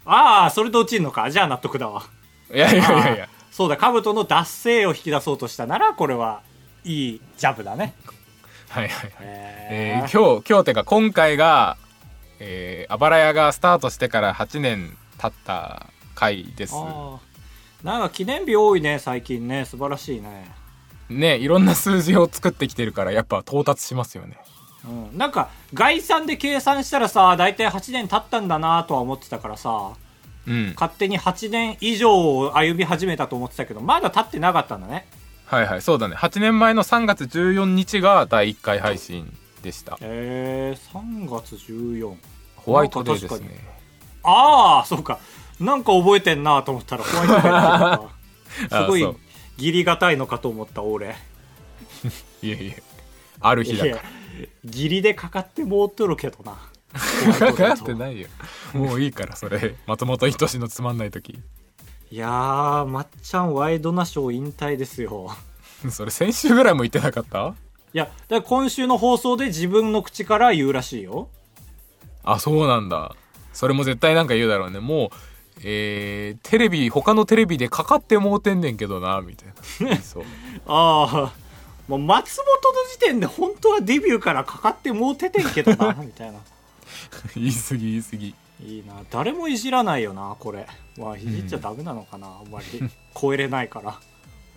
[SPEAKER 1] ああそれで落ちんのかじゃあ納得だわ
[SPEAKER 2] いやいやいやいや
[SPEAKER 1] あーそうだカブトの脱性を引き出そうとしたならこれはいいジャブだね
[SPEAKER 2] はいはいはいえ
[SPEAKER 1] え
[SPEAKER 2] ー今日今日てか今回が、えー、あばら屋がスタートしてから8年経った回です
[SPEAKER 1] あーなんか記念日多いね最近ね素晴らしいね
[SPEAKER 2] ねいろんな数字を作ってきてるからやっぱ到達しますよね
[SPEAKER 1] うん、なんか概算で計算したらさ大体8年経ったんだなとは思ってたからさ
[SPEAKER 2] うん
[SPEAKER 1] 勝手に8年以上を歩み始めたと思ってたけどまだ経ってなかったんだね
[SPEAKER 2] はいはいそうだね8年前の3月14日が第1回配信でした
[SPEAKER 1] えー、3月14
[SPEAKER 2] ホワイトデー
[SPEAKER 1] な
[SPEAKER 2] です
[SPEAKER 1] んか確かに
[SPEAKER 2] ね
[SPEAKER 1] ああそうかなんか覚えてんなと思ったらホワイトボードだった
[SPEAKER 2] あ
[SPEAKER 1] すごい
[SPEAKER 2] そう
[SPEAKER 1] 義理がたいのかと思った俺
[SPEAKER 2] いえいえある日
[SPEAKER 1] い
[SPEAKER 2] だ
[SPEAKER 1] や
[SPEAKER 2] か
[SPEAKER 1] 義理でかかってもうとるけどな
[SPEAKER 2] らかか っ
[SPEAKER 1] ホワイトボー
[SPEAKER 2] て
[SPEAKER 1] ド
[SPEAKER 2] ないよもういいからそれ松本人志のつまんない時
[SPEAKER 1] いやーまっちゃんワイドナショー引退ですよ
[SPEAKER 2] それ先週ぐらいも言ってなかった
[SPEAKER 1] いやだから今週の放送で自分の口から言うらしいよ
[SPEAKER 2] あそうなんだそれも絶対なんか言うだろうねもうえー、テレビ他のテレビでかかってもうてんねんけどなみたいな 言いそう
[SPEAKER 1] ああもう松本の時点で本当はデビューからかかってもうててんけど なみたいな
[SPEAKER 2] 言い過ぎ言い過ぎ
[SPEAKER 1] いいな誰もいじらないよなこれまあいじっちゃダメなのかな、あんまり超えれないからあ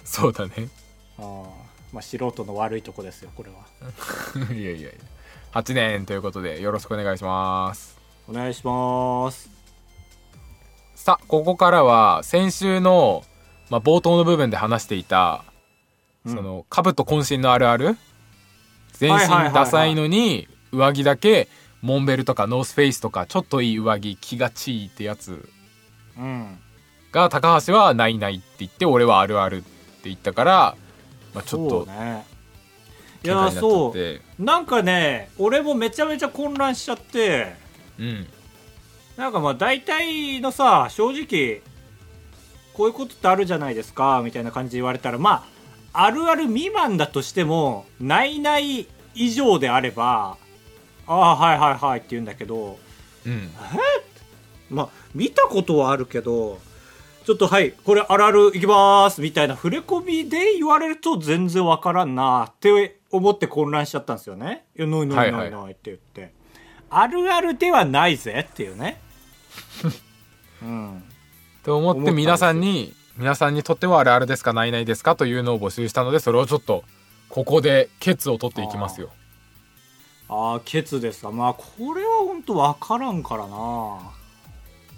[SPEAKER 2] そうだね
[SPEAKER 1] あまあ素人の悪いとこですよこれはい
[SPEAKER 2] やいやいや8年ということでよろしくお願いします
[SPEAKER 1] お願いします
[SPEAKER 2] さあここからは先週の、まあ、冒頭の部分で話していた、
[SPEAKER 1] うん
[SPEAKER 2] その兜渾身のあるある全
[SPEAKER 1] はいはいはいは
[SPEAKER 2] 身
[SPEAKER 1] い
[SPEAKER 2] ダサいのに上着だけモンベルとかノースフェイスとかちょっといい上着気がちいってやつ
[SPEAKER 1] うん
[SPEAKER 2] が高橋は「ないない」って言って俺は「あるある」って言ったから、まあ、ちょっ
[SPEAKER 1] そう
[SPEAKER 2] と
[SPEAKER 1] ねい
[SPEAKER 2] 喧嘩にな
[SPEAKER 1] や
[SPEAKER 2] っちゃっ
[SPEAKER 1] そ
[SPEAKER 2] て
[SPEAKER 1] うなんかね俺もめちゃめちゃ混乱しちゃって
[SPEAKER 2] うん
[SPEAKER 1] なんかまあ大体のさ正直こういうことってあるじゃないですかみたいな感じで言われたらまああるある未満だとしてもないない以上であればああはいはいはいって言うんだけど
[SPEAKER 2] うん
[SPEAKER 1] まあ見たことはあるけどちょっとはいこれあるあるいきますみたいな触れ込みで言われると全然わからんなって思って混乱しちゃったんですよねいやないないないないって言って、あるあるではないぜっていう ねうん
[SPEAKER 2] と思って
[SPEAKER 1] 思ったんですよ
[SPEAKER 2] 皆さんに皆さんにとってはあるあるですかないないですかというのを募集したのでそれをちょっとここでケツを取っていきますよ
[SPEAKER 1] ああケツですかまあこれは本当わからんからな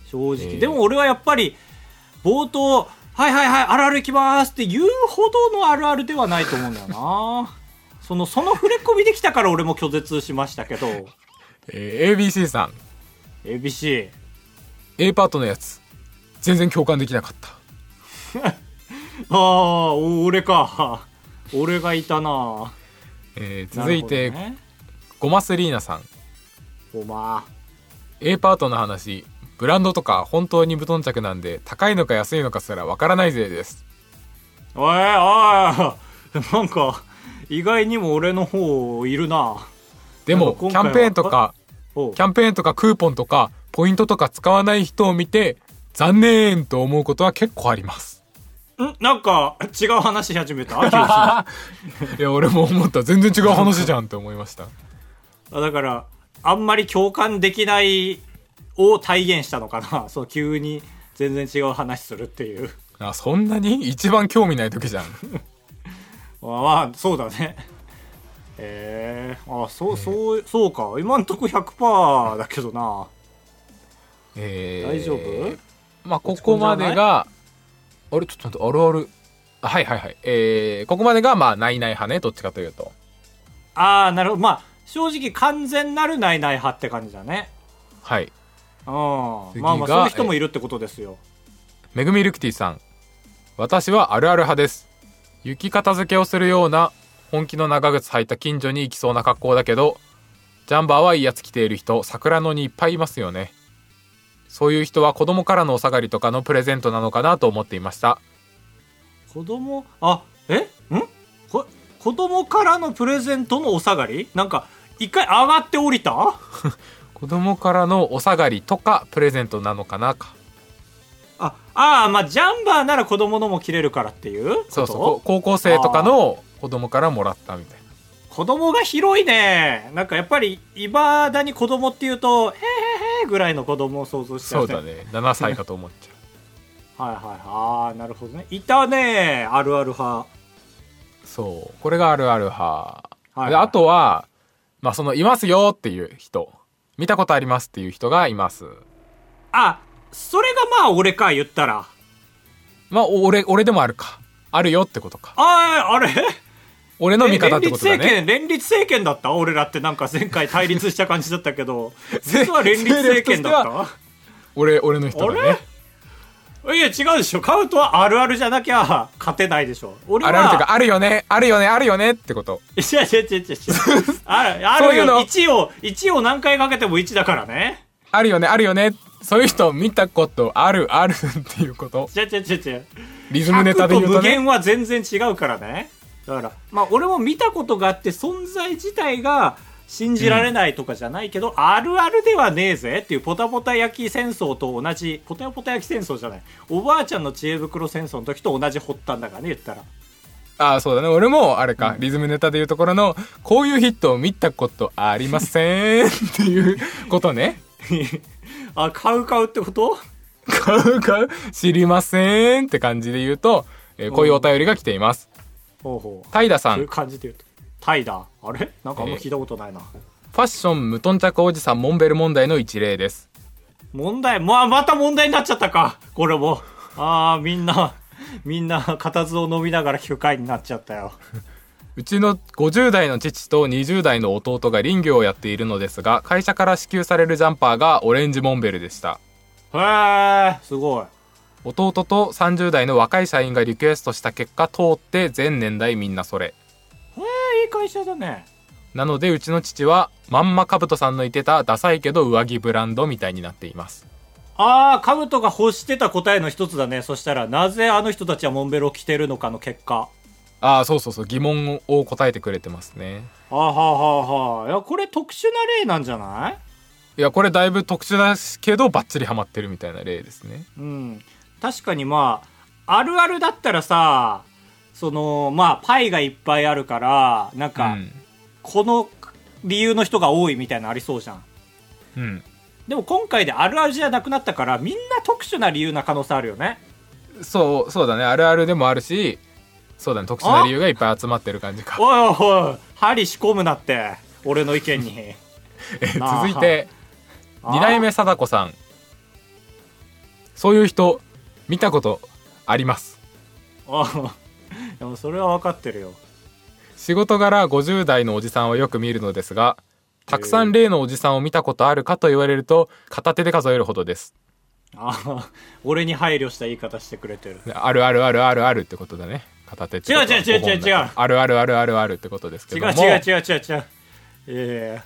[SPEAKER 1] 正直、
[SPEAKER 2] えー
[SPEAKER 1] でも俺はやっぱり冒頭「はいはいはいあるある行きます」って言うほどのあるあるではないと思うんだよ なそのその触れ込みできたから俺も拒絶しましたけど
[SPEAKER 2] えー ABC さん
[SPEAKER 1] ABC
[SPEAKER 2] A パートのやつ全然共感できなかった
[SPEAKER 1] ああお俺か俺がいたな
[SPEAKER 2] えー続いて、
[SPEAKER 1] なるほどね
[SPEAKER 2] ゴマスリーナさん
[SPEAKER 1] おま
[SPEAKER 2] A パートの話ブランドとか本当に無頓着なんで高いのか安いのかすらわからないぜです
[SPEAKER 1] おいおいなんか意外にも俺の方いるな
[SPEAKER 2] でもキ
[SPEAKER 1] なんか今回は
[SPEAKER 2] ャンペーンとか
[SPEAKER 1] おう
[SPEAKER 2] キャンペーンとかクーポンとかポイントとか使わない人を見て残念と思うことは結構あります。
[SPEAKER 1] んなんか違う話し始めた 秋吉あ
[SPEAKER 2] いや俺も思った全然違う話じゃんって思いました。
[SPEAKER 1] だからあんまり共感できないを体現したのかな そう急に全然違う話するっていう
[SPEAKER 2] あそんなに一番興味ない時じゃん。
[SPEAKER 1] まあまあそうだねえー、あそうそうそうか今んとこ100%だけどな
[SPEAKER 2] えー
[SPEAKER 1] 大丈夫、
[SPEAKER 2] まあここまでがあれちょっと待ってあるあるあはいはいはいえー、ここまでがまあないない派ねどっちかというと
[SPEAKER 1] ああなるほどまあ正直完全なるないない派って感じだね
[SPEAKER 2] はい
[SPEAKER 1] うん
[SPEAKER 2] 次が
[SPEAKER 1] まあまあそういう人もいるってことですよ
[SPEAKER 2] めぐみルクティさん私はあるある派です雪片付けをするような本気の長靴履いた近所に行きそうな格好だけどジャンバーはいいやつ着ている人桜野にいっぱいいますよねそういう人は子供からのお下がりとかのプレゼントなのかなと思っていました
[SPEAKER 1] 子供あえんこ子供からのプレゼントのお下がりなんか一回上がって降りた
[SPEAKER 2] 子供からのお下がりとかプレゼントなのかなか
[SPEAKER 1] ああーまあジャンバーなら子供のも着れるからっていうこと
[SPEAKER 2] そうそうこ高校生とかの子供からもらったみたいな
[SPEAKER 1] 子供が広いねなんかやっぱりいまだに子供っていうと「へーへーへーぐらいの子供を想像しちゃ
[SPEAKER 2] そううだね7歳かと思っちゃう
[SPEAKER 1] はいはいはいあーなるほどねいたねあるある派
[SPEAKER 2] そうこれがあるある派
[SPEAKER 1] はい
[SPEAKER 2] であとは、まあ、その、いますよっていう人。見たことありますっていう人がいます。
[SPEAKER 1] あそれがまあ俺か言ったら
[SPEAKER 2] まあ、お俺、俺でもあるか。あるよってことか。
[SPEAKER 1] あーあれ
[SPEAKER 2] 俺の味方ってことだ
[SPEAKER 1] 連立政
[SPEAKER 2] ね。
[SPEAKER 1] 権連立政権だった俺らってなんか前回対立した感じだったけど実は連立政権だ
[SPEAKER 2] 勢力として
[SPEAKER 1] っ
[SPEAKER 2] 俺俺の人だね
[SPEAKER 1] いや違うでしょカウトはあるあるじゃなきゃ勝てないでしょ俺
[SPEAKER 2] あ
[SPEAKER 1] は
[SPEAKER 2] るあるっていうかあるよねあるよねあるよねってこと
[SPEAKER 1] いやいやいやいやいや あるあ
[SPEAKER 2] そう
[SPEAKER 1] る
[SPEAKER 2] いう
[SPEAKER 1] よ
[SPEAKER 2] の
[SPEAKER 1] 1を1を何回かけても1だからね
[SPEAKER 2] あるよねあるよねそういう人見たことあるあるっていうこと
[SPEAKER 1] 違う違う違う違う
[SPEAKER 2] リズムネタで言う
[SPEAKER 1] 無
[SPEAKER 2] とね
[SPEAKER 1] 限は全然違うからねだからまあ俺も見たことがあって存在自体が信じられないとかじゃないけど、あるあるではねえぜっていうポタポタ焼き戦争と同じポタポタ焼き戦争じゃないおばあちゃんの知恵袋戦争の時と同じ発端だからね言ったら
[SPEAKER 2] ああそうだね俺もあれか、リズムネタで言うところのこういうヒットを見たことありませんっていうことね
[SPEAKER 1] あ買う買うってこと
[SPEAKER 2] 買う買う知りませんって感じで言うと、えーこういうお便りが来ています
[SPEAKER 1] ほうほう
[SPEAKER 2] タイダさ
[SPEAKER 1] そうんいう
[SPEAKER 2] フ
[SPEAKER 1] 感じで言うとタイだあれなんかあんま聞いたことないな、
[SPEAKER 2] ァッション無頓着おじさんモンベル問題の一例です
[SPEAKER 1] 問題まあまた問題になっちゃったかこれもああみんなみんな固唾を飲みながら聞く回になっちゃったよ
[SPEAKER 2] うちの50代の父と20代の弟が林業をやっているのですが会社から支給されるジャンパーがオレンジモンベルでした
[SPEAKER 1] へえすごい
[SPEAKER 2] 弟と30代の若い社員がリクエストした結果通って全年代みんなそれ
[SPEAKER 1] いい会社だね
[SPEAKER 2] なのでうちの父はまんまかぶとさんの言ってたダサいけど上着ブランドみたいになっています
[SPEAKER 1] ああカブトが欲してた答えの一つだねそしたらなぜあの人たちはモンベルを着てるのかの結果
[SPEAKER 2] ああそうそうそう疑問を答えてくれてますね
[SPEAKER 1] あーはあはあはあいやこれ特殊な例なんじゃない
[SPEAKER 2] いやこれだいぶ特殊だけどバッチリハマってるみたいな例ですね
[SPEAKER 1] うん、確かにまああるあるだったらさそのまあパイがいっぱいあるからなん
[SPEAKER 2] う
[SPEAKER 1] か
[SPEAKER 2] ん、
[SPEAKER 1] この理由の人が多いみたいなのありそうじゃん
[SPEAKER 2] うん、
[SPEAKER 1] でも今回であるあるじゃなくなったからみんな特殊な理由な可能性あるよね
[SPEAKER 2] そうそうだねあるあるでもあるしそうだね特殊な理由がいっぱい集まってる感じか
[SPEAKER 1] おいおいおい針仕込むなって俺の意見に
[SPEAKER 2] えー
[SPEAKER 1] なあ
[SPEAKER 2] 続いて
[SPEAKER 1] あ
[SPEAKER 2] 二代目貞子さんそういう人見たことあります
[SPEAKER 1] あ でもそれは分かってるよ
[SPEAKER 2] 仕事柄50代のおじさんはよく見るのですがたくさん例のおじさんを見たことあるかと言われると片手で数えるほどです
[SPEAKER 1] あ俺に配慮した言い方してくれてる
[SPEAKER 2] あるあるあるあるあるってことだね片手ってことは
[SPEAKER 1] 違う違う違う違う違う
[SPEAKER 2] 五本だからあるあるあるあるあるってことですけ
[SPEAKER 1] 違う
[SPEAKER 2] ども
[SPEAKER 1] 違う違う違う違ういやいやいや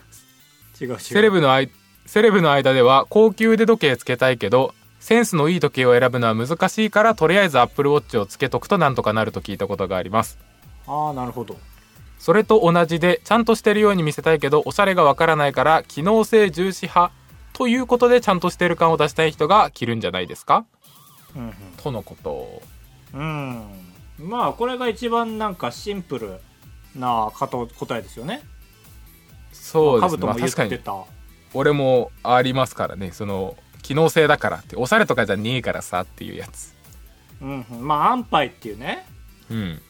[SPEAKER 1] 違う違う
[SPEAKER 2] セレブのあいセレブの間では高級腕時計つけたいけどセンスのいい時計を選ぶのは難しいからとりあえずアップルウォッチをつけとくとなんとかなると聞いたことがあります
[SPEAKER 1] ああなるほど
[SPEAKER 2] それと同じでちゃんとしてるように見せたいけどおしゃれがわからないから機能性重視派ということでちゃんとしてる感を出したい人が着るんじゃないですか
[SPEAKER 1] うん
[SPEAKER 2] とのこと
[SPEAKER 1] うん、うん、まあこれが一番なんかシンプルなかと答えですよね
[SPEAKER 2] そうで
[SPEAKER 1] カ
[SPEAKER 2] す
[SPEAKER 1] ブ
[SPEAKER 2] ね、
[SPEAKER 1] ト
[SPEAKER 2] ま
[SPEAKER 1] も
[SPEAKER 2] あ
[SPEAKER 1] 言っ
[SPEAKER 2] 確か
[SPEAKER 1] て
[SPEAKER 2] に
[SPEAKER 1] た、
[SPEAKER 2] 俺もありますからねその機能性だからっておしゃれとかじゃねえからさっていうやつ
[SPEAKER 1] うんうん、まあ安牌っていうね、
[SPEAKER 2] うん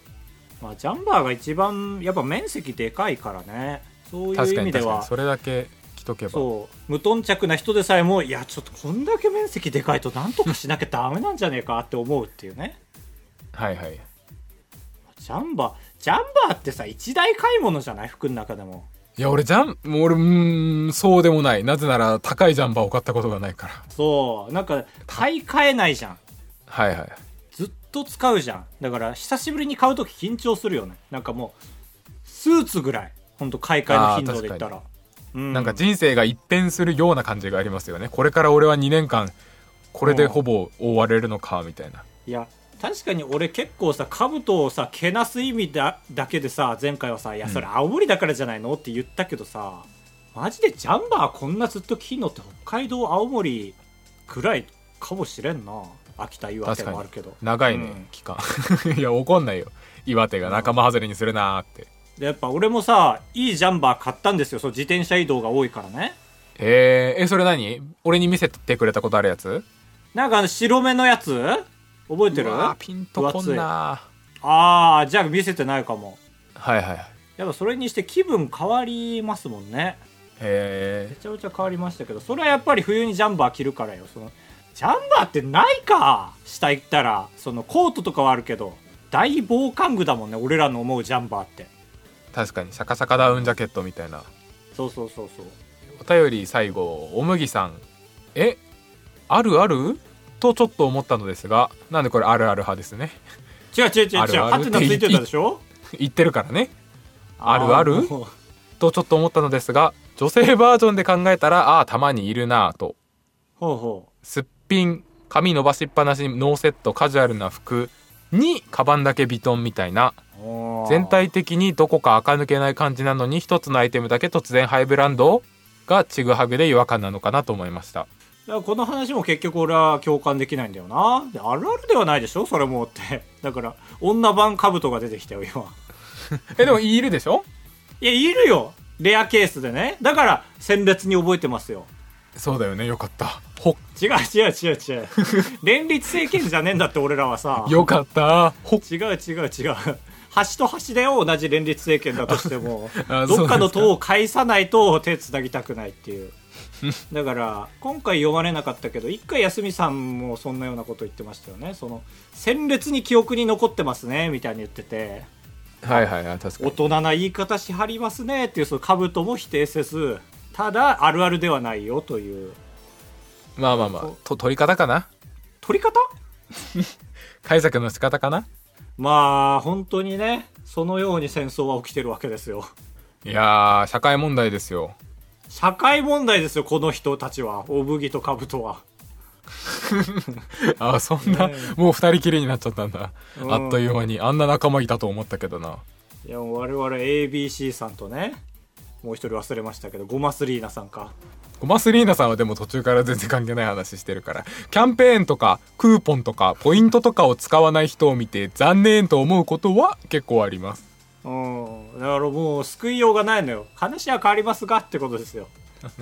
[SPEAKER 1] まあ、ジャンバーが一番やっぱ面積でかいからねそういう
[SPEAKER 2] 確
[SPEAKER 1] 意
[SPEAKER 2] か
[SPEAKER 1] 味
[SPEAKER 2] に
[SPEAKER 1] で
[SPEAKER 2] 確か
[SPEAKER 1] は
[SPEAKER 2] にそれだけ着とけば
[SPEAKER 1] そう無頓着な人でさえもいやちょっとこんだけ面積でかいとなんとかしなきゃダメなんじゃねえかって思うっていうね
[SPEAKER 2] はいはい
[SPEAKER 1] ジャンバージャンバーってさ一大買い物じゃない服の中でも
[SPEAKER 2] いや俺ジャンもう俺うーんそうでもないなぜなら高いジャンパーを買ったことがないから
[SPEAKER 1] そうなんか買い替えないじゃん
[SPEAKER 2] はいはい
[SPEAKER 1] ずっと使うじゃんだから久しぶりに買う時緊張するよねなんかもうスーツぐらいほんと買い替えの頻度で言ったらうん
[SPEAKER 2] なんか人生が一変するような感じがありますよねこれから俺は2年間これでほぼ覆われるのかみたいない
[SPEAKER 1] や確かに俺結構さ兜をさけなす意味だだけでさ前回はさ「いやそれ青森だからじゃないの?」って言ったけどさマジでジャンバーこんなずっと着んのって北海道青森くらいかもしれんな秋田岩手もあるけど
[SPEAKER 2] 長いね、
[SPEAKER 1] うん
[SPEAKER 2] 期間 いや怒んないよ岩手が仲間外れにするなーって
[SPEAKER 1] でやっぱ俺もさいいジャンバー買ったんですよそう自転車移動が多いからね
[SPEAKER 2] えー、えそれ何俺に見せてくれたことあるやつ
[SPEAKER 1] なんかあの白目のやつ覚えてる
[SPEAKER 2] うわーピンとこんな
[SPEAKER 1] ああじゃあ見せてないかも
[SPEAKER 2] ーはいはいはい
[SPEAKER 1] やっぱそれにして気分変わりますもんねめ
[SPEAKER 2] え
[SPEAKER 1] ちゃめちゃ変わりましたけどそれはやっぱり冬にジャンバー着るからよそのジャンバーってないか下行ったらそのコートとかはあるけど大防寒具だもんね俺らの思うジャンバーって
[SPEAKER 2] ー、確かにシャカシャカダウンジャケットみたいな
[SPEAKER 1] そうそうそうそう
[SPEAKER 2] お便り最後お麦さんえあるあるとちょっと思ったのですがなんでこれあるある派ですね
[SPEAKER 1] 違う違う違う違う
[SPEAKER 2] あるある
[SPEAKER 1] ハテナついてたでしょ
[SPEAKER 2] 言ってるからね あるある
[SPEAKER 1] ーもう
[SPEAKER 2] とちょっと思ったのですが女性バージョンで考えたらああたまにいるなぁと
[SPEAKER 1] ほうほ
[SPEAKER 2] すっぴん髪伸ばしっぱなしノーセットカジュアルな服にカバンだけヴィトンみたいな
[SPEAKER 1] うおー
[SPEAKER 2] 全体的にどこか垢抜けない感じなのに一つのアイテムだけ突然ハイブランドがちぐはぐで違和感なのかなと思いました
[SPEAKER 1] だからこの話も結局俺は共感できないんだよなであるあるではないでしょそれもって だから女版カブトが出てきたよ今
[SPEAKER 2] えでもいるでしょ
[SPEAKER 1] いやいるよレアケースでねだから鮮烈に覚えてますよ
[SPEAKER 2] そうだよねよかったほ
[SPEAKER 1] 違う違う違う 違う連立政権じゃねえんだって俺らはさ
[SPEAKER 2] よかったほ
[SPEAKER 1] 違う違う違う端と端だよ同じ連立政権だとしても
[SPEAKER 2] あ
[SPEAKER 1] どっかの
[SPEAKER 2] そうですか
[SPEAKER 1] 党を返さないと手つなぎたくないって いうだから今回読まれなかったけど一回休みさんもそんなようなこと言ってましたよねその鮮烈に記憶に残ってますねみたいに言ってて
[SPEAKER 2] はいはいはい確か
[SPEAKER 1] 大
[SPEAKER 2] に
[SPEAKER 1] 人な言い方しはりますねっていうその兜も否定せずただあるあるではないよという
[SPEAKER 2] まあまあまあと取り方かな
[SPEAKER 1] 取り方
[SPEAKER 2] 解釈の仕方かな
[SPEAKER 1] まあ本当にねそのように戦争は起きてるわけですよ
[SPEAKER 2] いやー社会問題です よ
[SPEAKER 1] 社会問題ですよこの人たちはおぶぎとかぶとは
[SPEAKER 2] あそんな、
[SPEAKER 1] ね
[SPEAKER 2] もう二人きりになっちゃったんだ、
[SPEAKER 1] うん
[SPEAKER 2] あっという間にあんな仲間いたと思ったけどない
[SPEAKER 1] やもう我々 ABC さんとねもう一人忘れましたけどゴマスリーナさんか
[SPEAKER 2] ゴマスリーナさんはでも途中から全然関係ない話してるからキャンペーンとかクーポンとかポイントとかを使わない人を見て残念と思うことは結構あります
[SPEAKER 1] うんだからもう救いようがないのよ話は変わりますがってことですよ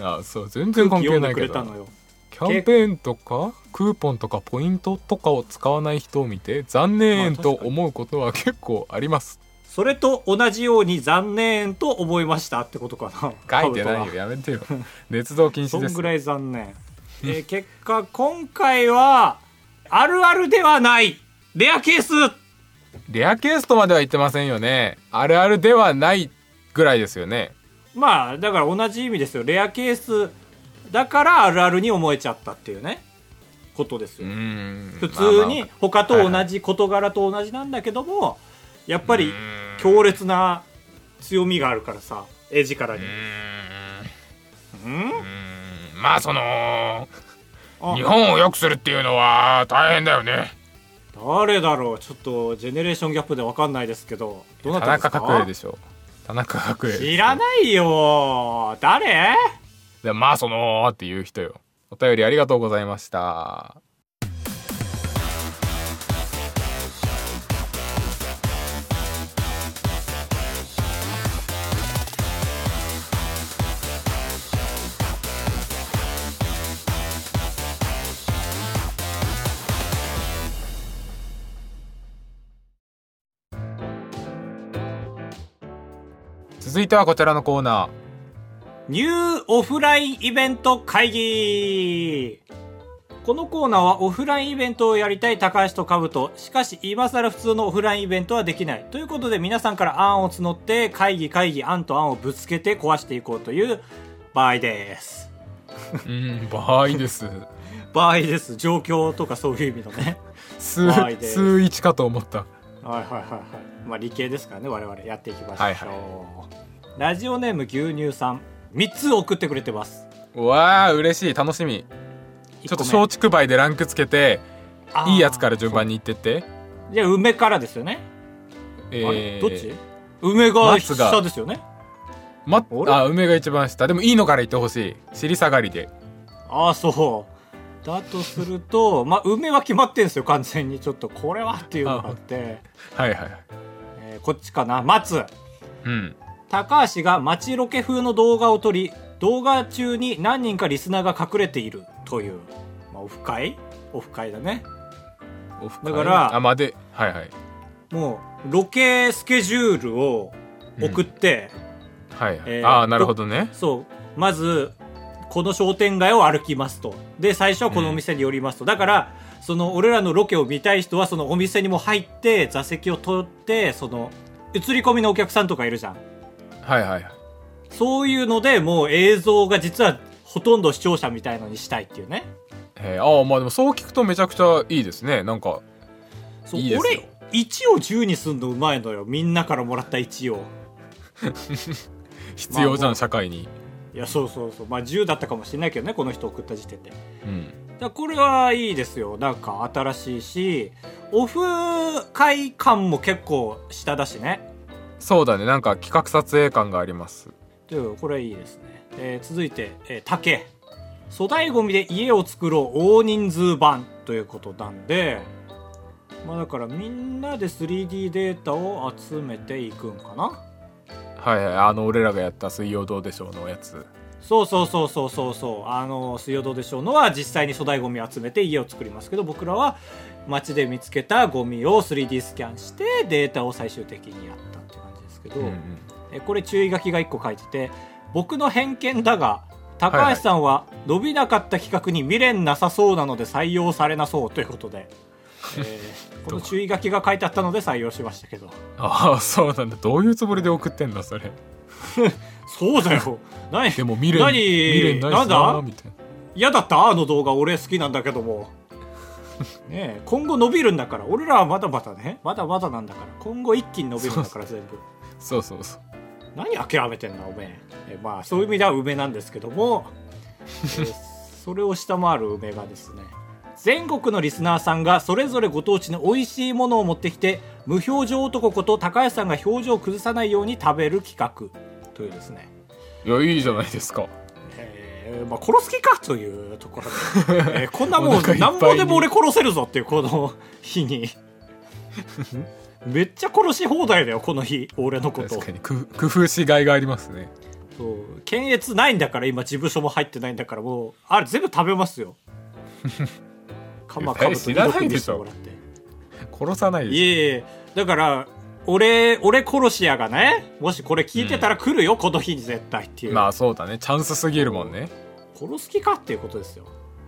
[SPEAKER 2] あそう全然関係
[SPEAKER 1] 読ん
[SPEAKER 2] な
[SPEAKER 1] で
[SPEAKER 2] い
[SPEAKER 1] く
[SPEAKER 2] け
[SPEAKER 1] れ
[SPEAKER 2] ど
[SPEAKER 1] たのよ
[SPEAKER 2] キャンペーンとかクーポンとかポイントとかを使わない人を見て残念と思うことは結構あります
[SPEAKER 1] それと同じように残念と思いましたってことかな
[SPEAKER 2] 書いてないよやめてよ熱動禁
[SPEAKER 1] そ
[SPEAKER 2] 止
[SPEAKER 1] ん
[SPEAKER 2] です
[SPEAKER 1] ぐらい残念、えー結果今回はあるあるではないレアケース
[SPEAKER 2] レアケースとまでは言ってませんよねあるあるではないぐらいですよね
[SPEAKER 1] まあだから同じ意味ですよレアケースだからあるあるに思えちゃったっていうねことです
[SPEAKER 2] う
[SPEAKER 1] よ、
[SPEAKER 2] ん
[SPEAKER 1] 普通に
[SPEAKER 2] まあ
[SPEAKER 1] 他と同じ事柄と同じなんだけども、やっぱり強烈な強みがあるからさ絵力にうん
[SPEAKER 2] まあまあその
[SPEAKER 1] あ
[SPEAKER 2] 日本を良くするっていうのは大変だよね
[SPEAKER 1] 誰だろうちょっとジェネレーションギャップで分かんないですけどどな
[SPEAKER 2] 田
[SPEAKER 1] たです
[SPEAKER 2] 中
[SPEAKER 1] か
[SPEAKER 2] 角栄でしょ田中角栄です
[SPEAKER 1] 知らないよ誰
[SPEAKER 2] でまあそのっていう人よお便りありがとうございました続いてはこちらのコーナー
[SPEAKER 1] ニューオフラインイベント会議このコーナーはオフラインイベントをやりたい高橋と兜しかし今更普通のオフラインイベントはできないということで皆さんから案を募って会議会議案と案をぶつけて壊していこうという場合です
[SPEAKER 2] うん、場合です。
[SPEAKER 1] 場合です状況とかそういう意味のね
[SPEAKER 2] 数
[SPEAKER 1] 場合です
[SPEAKER 2] 数一かと思った。
[SPEAKER 1] はいはいはいはいまあ理系ですからね我々やっていきましょう、
[SPEAKER 2] はいは
[SPEAKER 1] ラジオネーム牛乳さん3つ送ってくれてます
[SPEAKER 2] わあ、嬉しい、楽しみ。ちょっと
[SPEAKER 1] 一個目
[SPEAKER 2] 松竹梅でランクつけて、
[SPEAKER 1] あー
[SPEAKER 2] いいやつから順番にいってって。
[SPEAKER 1] じゃあ梅からですよね
[SPEAKER 2] え
[SPEAKER 1] あれ
[SPEAKER 2] ー、
[SPEAKER 1] どっち梅が
[SPEAKER 2] 松が
[SPEAKER 1] 下ですよね
[SPEAKER 2] ま、
[SPEAKER 1] 俺
[SPEAKER 2] あ、梅が一番下。でもいいのから言ってほしい。尻下がりで。
[SPEAKER 1] ああそうだとするとまあ梅は決まってんですよ完全にちょっとこれはっていうのがあって
[SPEAKER 2] はいはいはい。
[SPEAKER 1] えーこっちかな松
[SPEAKER 2] うん。
[SPEAKER 1] 高橋が街ロケ風の動画を撮り動画中に何人かリスナーが隠れているという、まあ、オフ会オフ会だね
[SPEAKER 2] オフ
[SPEAKER 1] だから
[SPEAKER 2] あ、まあで、はいはい。
[SPEAKER 1] もうロケスケジュールを送って、
[SPEAKER 2] はいはい。
[SPEAKER 1] えー
[SPEAKER 2] ああ、なるほどね。
[SPEAKER 1] そうまずこの商店街を歩きますとで最初はこのお店に寄りますと、だからその俺らのロケを見たい人はそのお店にも入って座席を取ってその映り込みのお客さんとかいるじゃん
[SPEAKER 2] はいはいはい。
[SPEAKER 1] そういうのでもう映像が実はほとんど視聴者みたいのにしたいっていうね
[SPEAKER 2] へえー、ああまあでもそう聞くとめちゃくちゃいいですねなんか
[SPEAKER 1] そう
[SPEAKER 2] いいですよ
[SPEAKER 1] 俺1を10にすんのうまいのよみんなからもらった1を
[SPEAKER 2] 必要じゃ
[SPEAKER 1] まあま
[SPEAKER 2] ん
[SPEAKER 1] あ
[SPEAKER 2] 社会に
[SPEAKER 1] いやそうそうそうまあ10だったかもしれないけどねこの人送った時点でだか
[SPEAKER 2] うん
[SPEAKER 1] らこれはいいですよなんか新しいしオフ会感も結構下だしね
[SPEAKER 2] そうだねなんか企画撮影感があります
[SPEAKER 1] というこれはいいですね、えー続いて、えー竹粗大ごみで家を作ろう大人数版ということなんでまあだからみんなで 3D データを集めていくんかな
[SPEAKER 2] はいはいあの俺らがやった「水曜どうでしょう」のやつ
[SPEAKER 1] そうそうそうそうそうそうあの「水曜どうでしょう」のは実際に粗大ゴミを集めて家を作りますけど僕らは街で見つけたゴミを 3D スキャンしてデータを最終的にやったっていう感じですけど、
[SPEAKER 2] うんうん
[SPEAKER 1] えこれ注意書きが1個書いてて僕の偏見だが高橋さんは伸びなかった企画に未練なさそうなので採用されなそうということ で、えーこの注意書きが書いてあったので採用しましたけど
[SPEAKER 2] ああそうなんだどういうつもりで送ってんだそれ
[SPEAKER 1] そうだよ何
[SPEAKER 2] でも未練
[SPEAKER 1] 何
[SPEAKER 2] 未練ないっす
[SPEAKER 1] なん
[SPEAKER 2] な
[SPEAKER 1] だ
[SPEAKER 2] みたいな
[SPEAKER 1] 嫌だったあの動画俺好きなんだけど もねえ今後伸びるんだから俺らはまだまだねまだまだなんだから今後一気に伸びるんだから全部
[SPEAKER 2] そうそうそう
[SPEAKER 1] 何諦めてんだおめええまあそういう意味では梅なんですけど もえーそれを下回る梅がですね全国のリスナーさんがそれぞれご当地の美味しいものを持ってきて無表情男こと高橋さんが表情を崩さないように食べる企画というですね、
[SPEAKER 2] いやいいじゃないですか
[SPEAKER 1] えーまあ、殺す気かというところ で、えーこんなも
[SPEAKER 2] お
[SPEAKER 1] ん
[SPEAKER 2] 腹いっぱい
[SPEAKER 1] 何
[SPEAKER 2] に
[SPEAKER 1] ぼでも俺殺せるぞっていうこの日 にめっちゃ殺し放題だよこの日俺のこと
[SPEAKER 2] 確かにく工夫しがいがありますね
[SPEAKER 1] そう検閲ないんだから今事務所も入ってないんだからもうあれ全部食べます よカマカブと
[SPEAKER 2] いや大
[SPEAKER 1] 二
[SPEAKER 2] 変
[SPEAKER 1] 毒
[SPEAKER 2] で
[SPEAKER 1] に
[SPEAKER 2] し
[SPEAKER 1] して
[SPEAKER 2] ょ
[SPEAKER 1] もらって
[SPEAKER 2] 殺さない
[SPEAKER 1] い
[SPEAKER 2] で
[SPEAKER 1] えいえだから俺俺殺し屋がねもしこれ聞いてたら来るよ、この日に絶対ってい
[SPEAKER 2] す
[SPEAKER 1] う、
[SPEAKER 2] まあそうだねチャンスすぎるもんね
[SPEAKER 1] 殺す気かっていうことですよ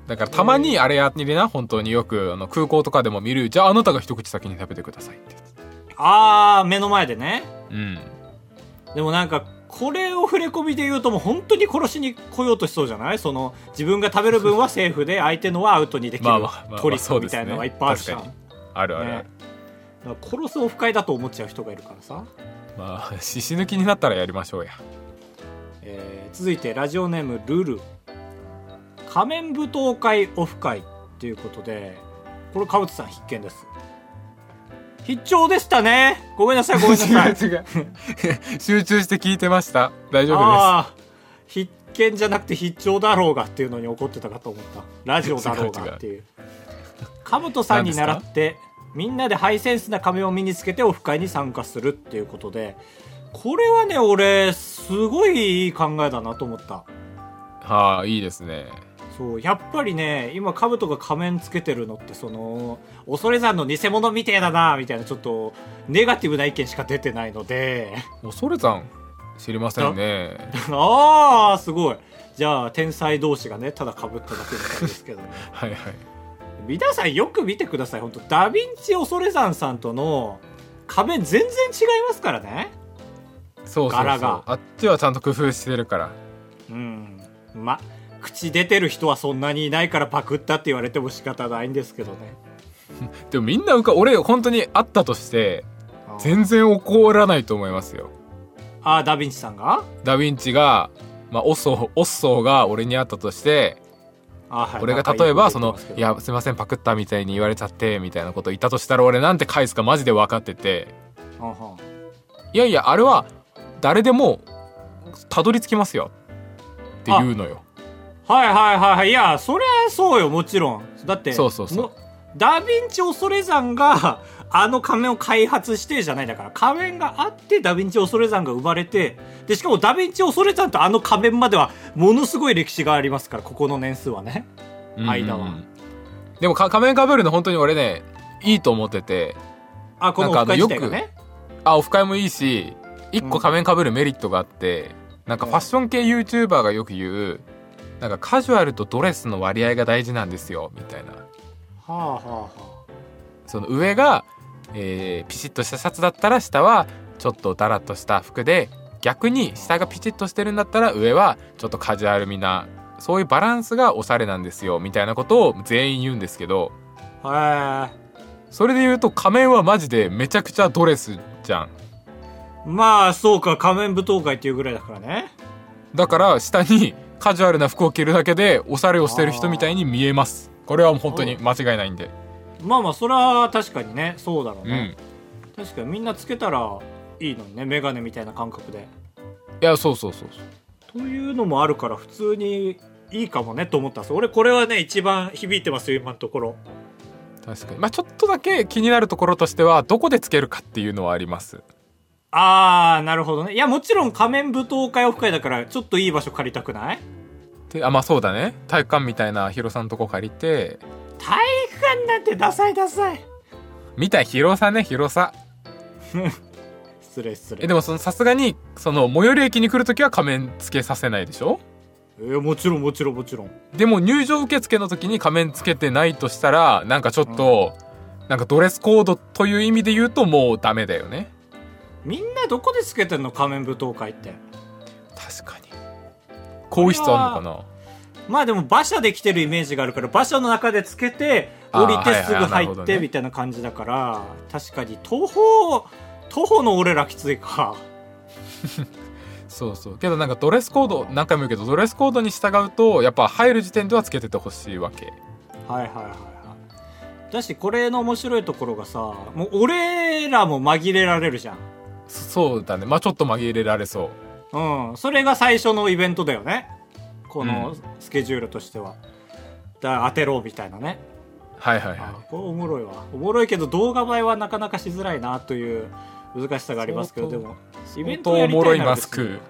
[SPEAKER 2] だからたまにあれやりな本当によくあの空港とかでも見るじゃああなたが一口先に食べてくださいってやつ
[SPEAKER 1] あー目の前でね
[SPEAKER 2] うん
[SPEAKER 1] でもなんかこれを触れ込みで言うともう本当に殺しに来ようとしそうじゃないその自分が食べる分はセーフ で相手のはアウトにできる
[SPEAKER 2] まあまあまあまあ
[SPEAKER 1] トリッ
[SPEAKER 2] そう
[SPEAKER 1] ク
[SPEAKER 2] で
[SPEAKER 1] みた
[SPEAKER 2] すね
[SPEAKER 1] いなのがいっぱいあるじゃん、
[SPEAKER 2] 確あるあるある、
[SPEAKER 1] ねだから殺すオフ会だと思っちゃう人がいるからさ、
[SPEAKER 2] まあ獅子抜きになったらやりましょうや
[SPEAKER 1] えー続いてラジオネームルル仮面舞踏会オフ会っていうことでこれ川内さん必見です必聴でしたねごめんなさいごめんなさい
[SPEAKER 2] 違う違う集中して聞いてました大丈夫
[SPEAKER 1] ああ必見じゃなくて必聴だろうがっていうのに怒ってたかと思ったラジオだろうがっていうカブトさんに習ってみんなでハイセンスな仮面を身につけてオフ会に参加するっていうことでこれはね俺すごいいい考えだなと思った
[SPEAKER 2] ですはあいいですね
[SPEAKER 1] そうやっぱりね今カブトが仮面つけてるのってその恐山の偽物みてえだなみたいなちょっとネガティブな意見しか出てないので
[SPEAKER 2] 恐れたん知りませ んね
[SPEAKER 1] ああすごいじゃあ天才同士がねただかぶっただけみたいですけど ね
[SPEAKER 2] はいはい
[SPEAKER 1] 皆さんよく見てください本当ダヴィンチ恐山さんとの仮面全然違いますからね
[SPEAKER 2] そうそうそう
[SPEAKER 1] 柄が
[SPEAKER 2] あっちはちゃんと工夫してるから
[SPEAKER 1] うんま口出てる人はそんなにいないからパクったって言われても仕方ないんですけどね
[SPEAKER 2] でもみんなうか俺本当にあったとして
[SPEAKER 1] あー
[SPEAKER 2] 全然怒らないと思いますよ
[SPEAKER 1] あーダヴィンチさんが
[SPEAKER 2] ダ・ヴィンチが、まあ、オッソーオッソーが俺に会ったとして
[SPEAKER 1] あーはい
[SPEAKER 2] 俺が
[SPEAKER 1] 仲いい
[SPEAKER 2] 例えば
[SPEAKER 1] こと
[SPEAKER 2] そ
[SPEAKER 1] 言っ
[SPEAKER 2] の
[SPEAKER 1] てますけ
[SPEAKER 2] 「
[SPEAKER 1] ど
[SPEAKER 2] いやすいませんパクった」みたいに言われちゃってみたいなこと言ったとしたら俺なんて返すかマジで分かってて
[SPEAKER 1] うんうん
[SPEAKER 2] いやいやあれは誰でもたどり着きますよっていうのよ
[SPEAKER 1] はいはいはいはいいやそりゃそうよもちろんだって
[SPEAKER 2] そうそうそう
[SPEAKER 1] もダ・ヴィンチ恐山が あの仮面を開発してじゃないだから仮面があってダ・ヴィンチ恐山が生まれてでしかもダ・ヴィンチ恐山とあの仮面まではものすごい歴史がありますからここの年数はね間は
[SPEAKER 2] うんうんうんでもか仮面かぶるの本当に俺ねいいと思ってて
[SPEAKER 1] あこのオフ会
[SPEAKER 2] なん
[SPEAKER 1] 自
[SPEAKER 2] かあ
[SPEAKER 1] 体
[SPEAKER 2] の
[SPEAKER 1] がね
[SPEAKER 2] あオフ会もいいし一個仮面かぶるメリットがあって、なんかファッション系 YouTuber がよく言うなんかカジュアルとドレスの割合が大事なんですよみたいな
[SPEAKER 1] はあはあは
[SPEAKER 2] その上が、えーピシッとしたシャツだったら下はちょっとだらっとした服で逆に下がピチッとしてるんだったら上はちょっとカジュアルみなそういうバランスがおしゃれなんですよみたいなことを全員言うんですけど
[SPEAKER 1] はい
[SPEAKER 2] それで言うと仮面はマジでめちゃくちゃドレスじゃん
[SPEAKER 1] まあそうか仮面舞踏会っていうぐらいだからね
[SPEAKER 2] だから下にカジュアルな服を着るだけでおしゃれをしてる人みたいに見えますこれはもう本当に間違いないんで
[SPEAKER 1] まあまあそれは確かにねそうだろう
[SPEAKER 2] うん
[SPEAKER 1] ね、確かにみんなつけたらいいのにねメガネみたいな感覚で
[SPEAKER 2] いやそうそうそうそ
[SPEAKER 1] と
[SPEAKER 2] う
[SPEAKER 1] いうのもあるから普通にいいかもねと思ったんですよ俺これはね一番響いてますよ今のところ
[SPEAKER 2] 確かにまあちょっとだけ気になるところとしてはどこでつけるかっていうのはあります
[SPEAKER 1] あーなるほどねいやもちろん仮面舞踏会オフ会だからちょっといい場所借りたくない
[SPEAKER 2] であまあそうだね体育館みたいな広さんのとこ借りて
[SPEAKER 1] 体育館なんてダサいダサい
[SPEAKER 2] みたい広さね広さ
[SPEAKER 1] 失礼失礼
[SPEAKER 2] えでもそのさすがにその最寄り駅に来るときは仮面つけさせないでしょ
[SPEAKER 1] えーもちろんもちろんもちろん
[SPEAKER 2] でも入場受付の時に仮面つけてないとしたらなんかちょっと、なんかドレスコードという意味で言うともうダメだよね
[SPEAKER 1] みんなどこでつけてんの仮面舞踏会って
[SPEAKER 2] 確かに更衣室あんのか
[SPEAKER 1] まあでも馬車で来てるイメージがあるから馬車の中でつけて降り
[SPEAKER 2] あー
[SPEAKER 1] て
[SPEAKER 2] はいはい
[SPEAKER 1] すぐ
[SPEAKER 2] なる
[SPEAKER 1] 入
[SPEAKER 2] ほ
[SPEAKER 1] っ
[SPEAKER 2] ど
[SPEAKER 1] て
[SPEAKER 2] ね
[SPEAKER 1] みたいな感じだから確かに徒歩徒歩の俺らきついか
[SPEAKER 2] なそうそうけどなんかドレスコード何回も言うけどドレスコードに従うとやっぱ入る時点ではつけててほしいわけ
[SPEAKER 1] はいはいはいはいだしこれの面白いところがさもう俺らも紛れられるじゃん
[SPEAKER 2] そそうだねまあちょっと紛れられそう
[SPEAKER 1] うん、それが最初のイベントだよねこのスケジュールとしては、だから当てろみたいなね
[SPEAKER 2] はいはいはい
[SPEAKER 1] あこれおもろいわおもろいけど動画映えはなかなかしづらいなという難しさがありますけどで
[SPEAKER 2] 相当
[SPEAKER 1] もイベ
[SPEAKER 2] 相
[SPEAKER 1] ン
[SPEAKER 2] 当
[SPEAKER 1] トやりた
[SPEAKER 2] お
[SPEAKER 1] いな
[SPEAKER 2] も
[SPEAKER 1] ら
[SPEAKER 2] ろいマス
[SPEAKER 1] 別に
[SPEAKER 2] ク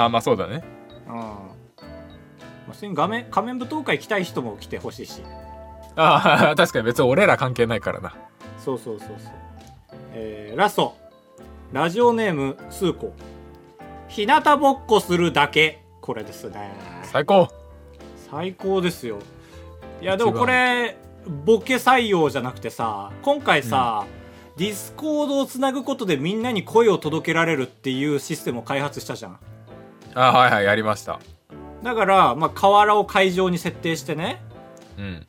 [SPEAKER 2] あまあそうだね
[SPEAKER 1] うんまあ普通に画面仮面舞踏会来たい人も来てほしいし
[SPEAKER 2] ああ 確かに別に俺ら関係ないからな
[SPEAKER 1] そうそうそうそうえー、ラストラジオネームスーコ日向ぼっこするだけこれですね
[SPEAKER 2] 最高
[SPEAKER 1] 最高ですよいやでもこれボケ採用じゃなくてさ今回さ、ディスコードをつなぐことでみんなに声を届けられるっていうシステムを開発したじゃん
[SPEAKER 2] あはいはいやりました
[SPEAKER 1] だから、まあ、河原を会場に設定してね
[SPEAKER 2] うん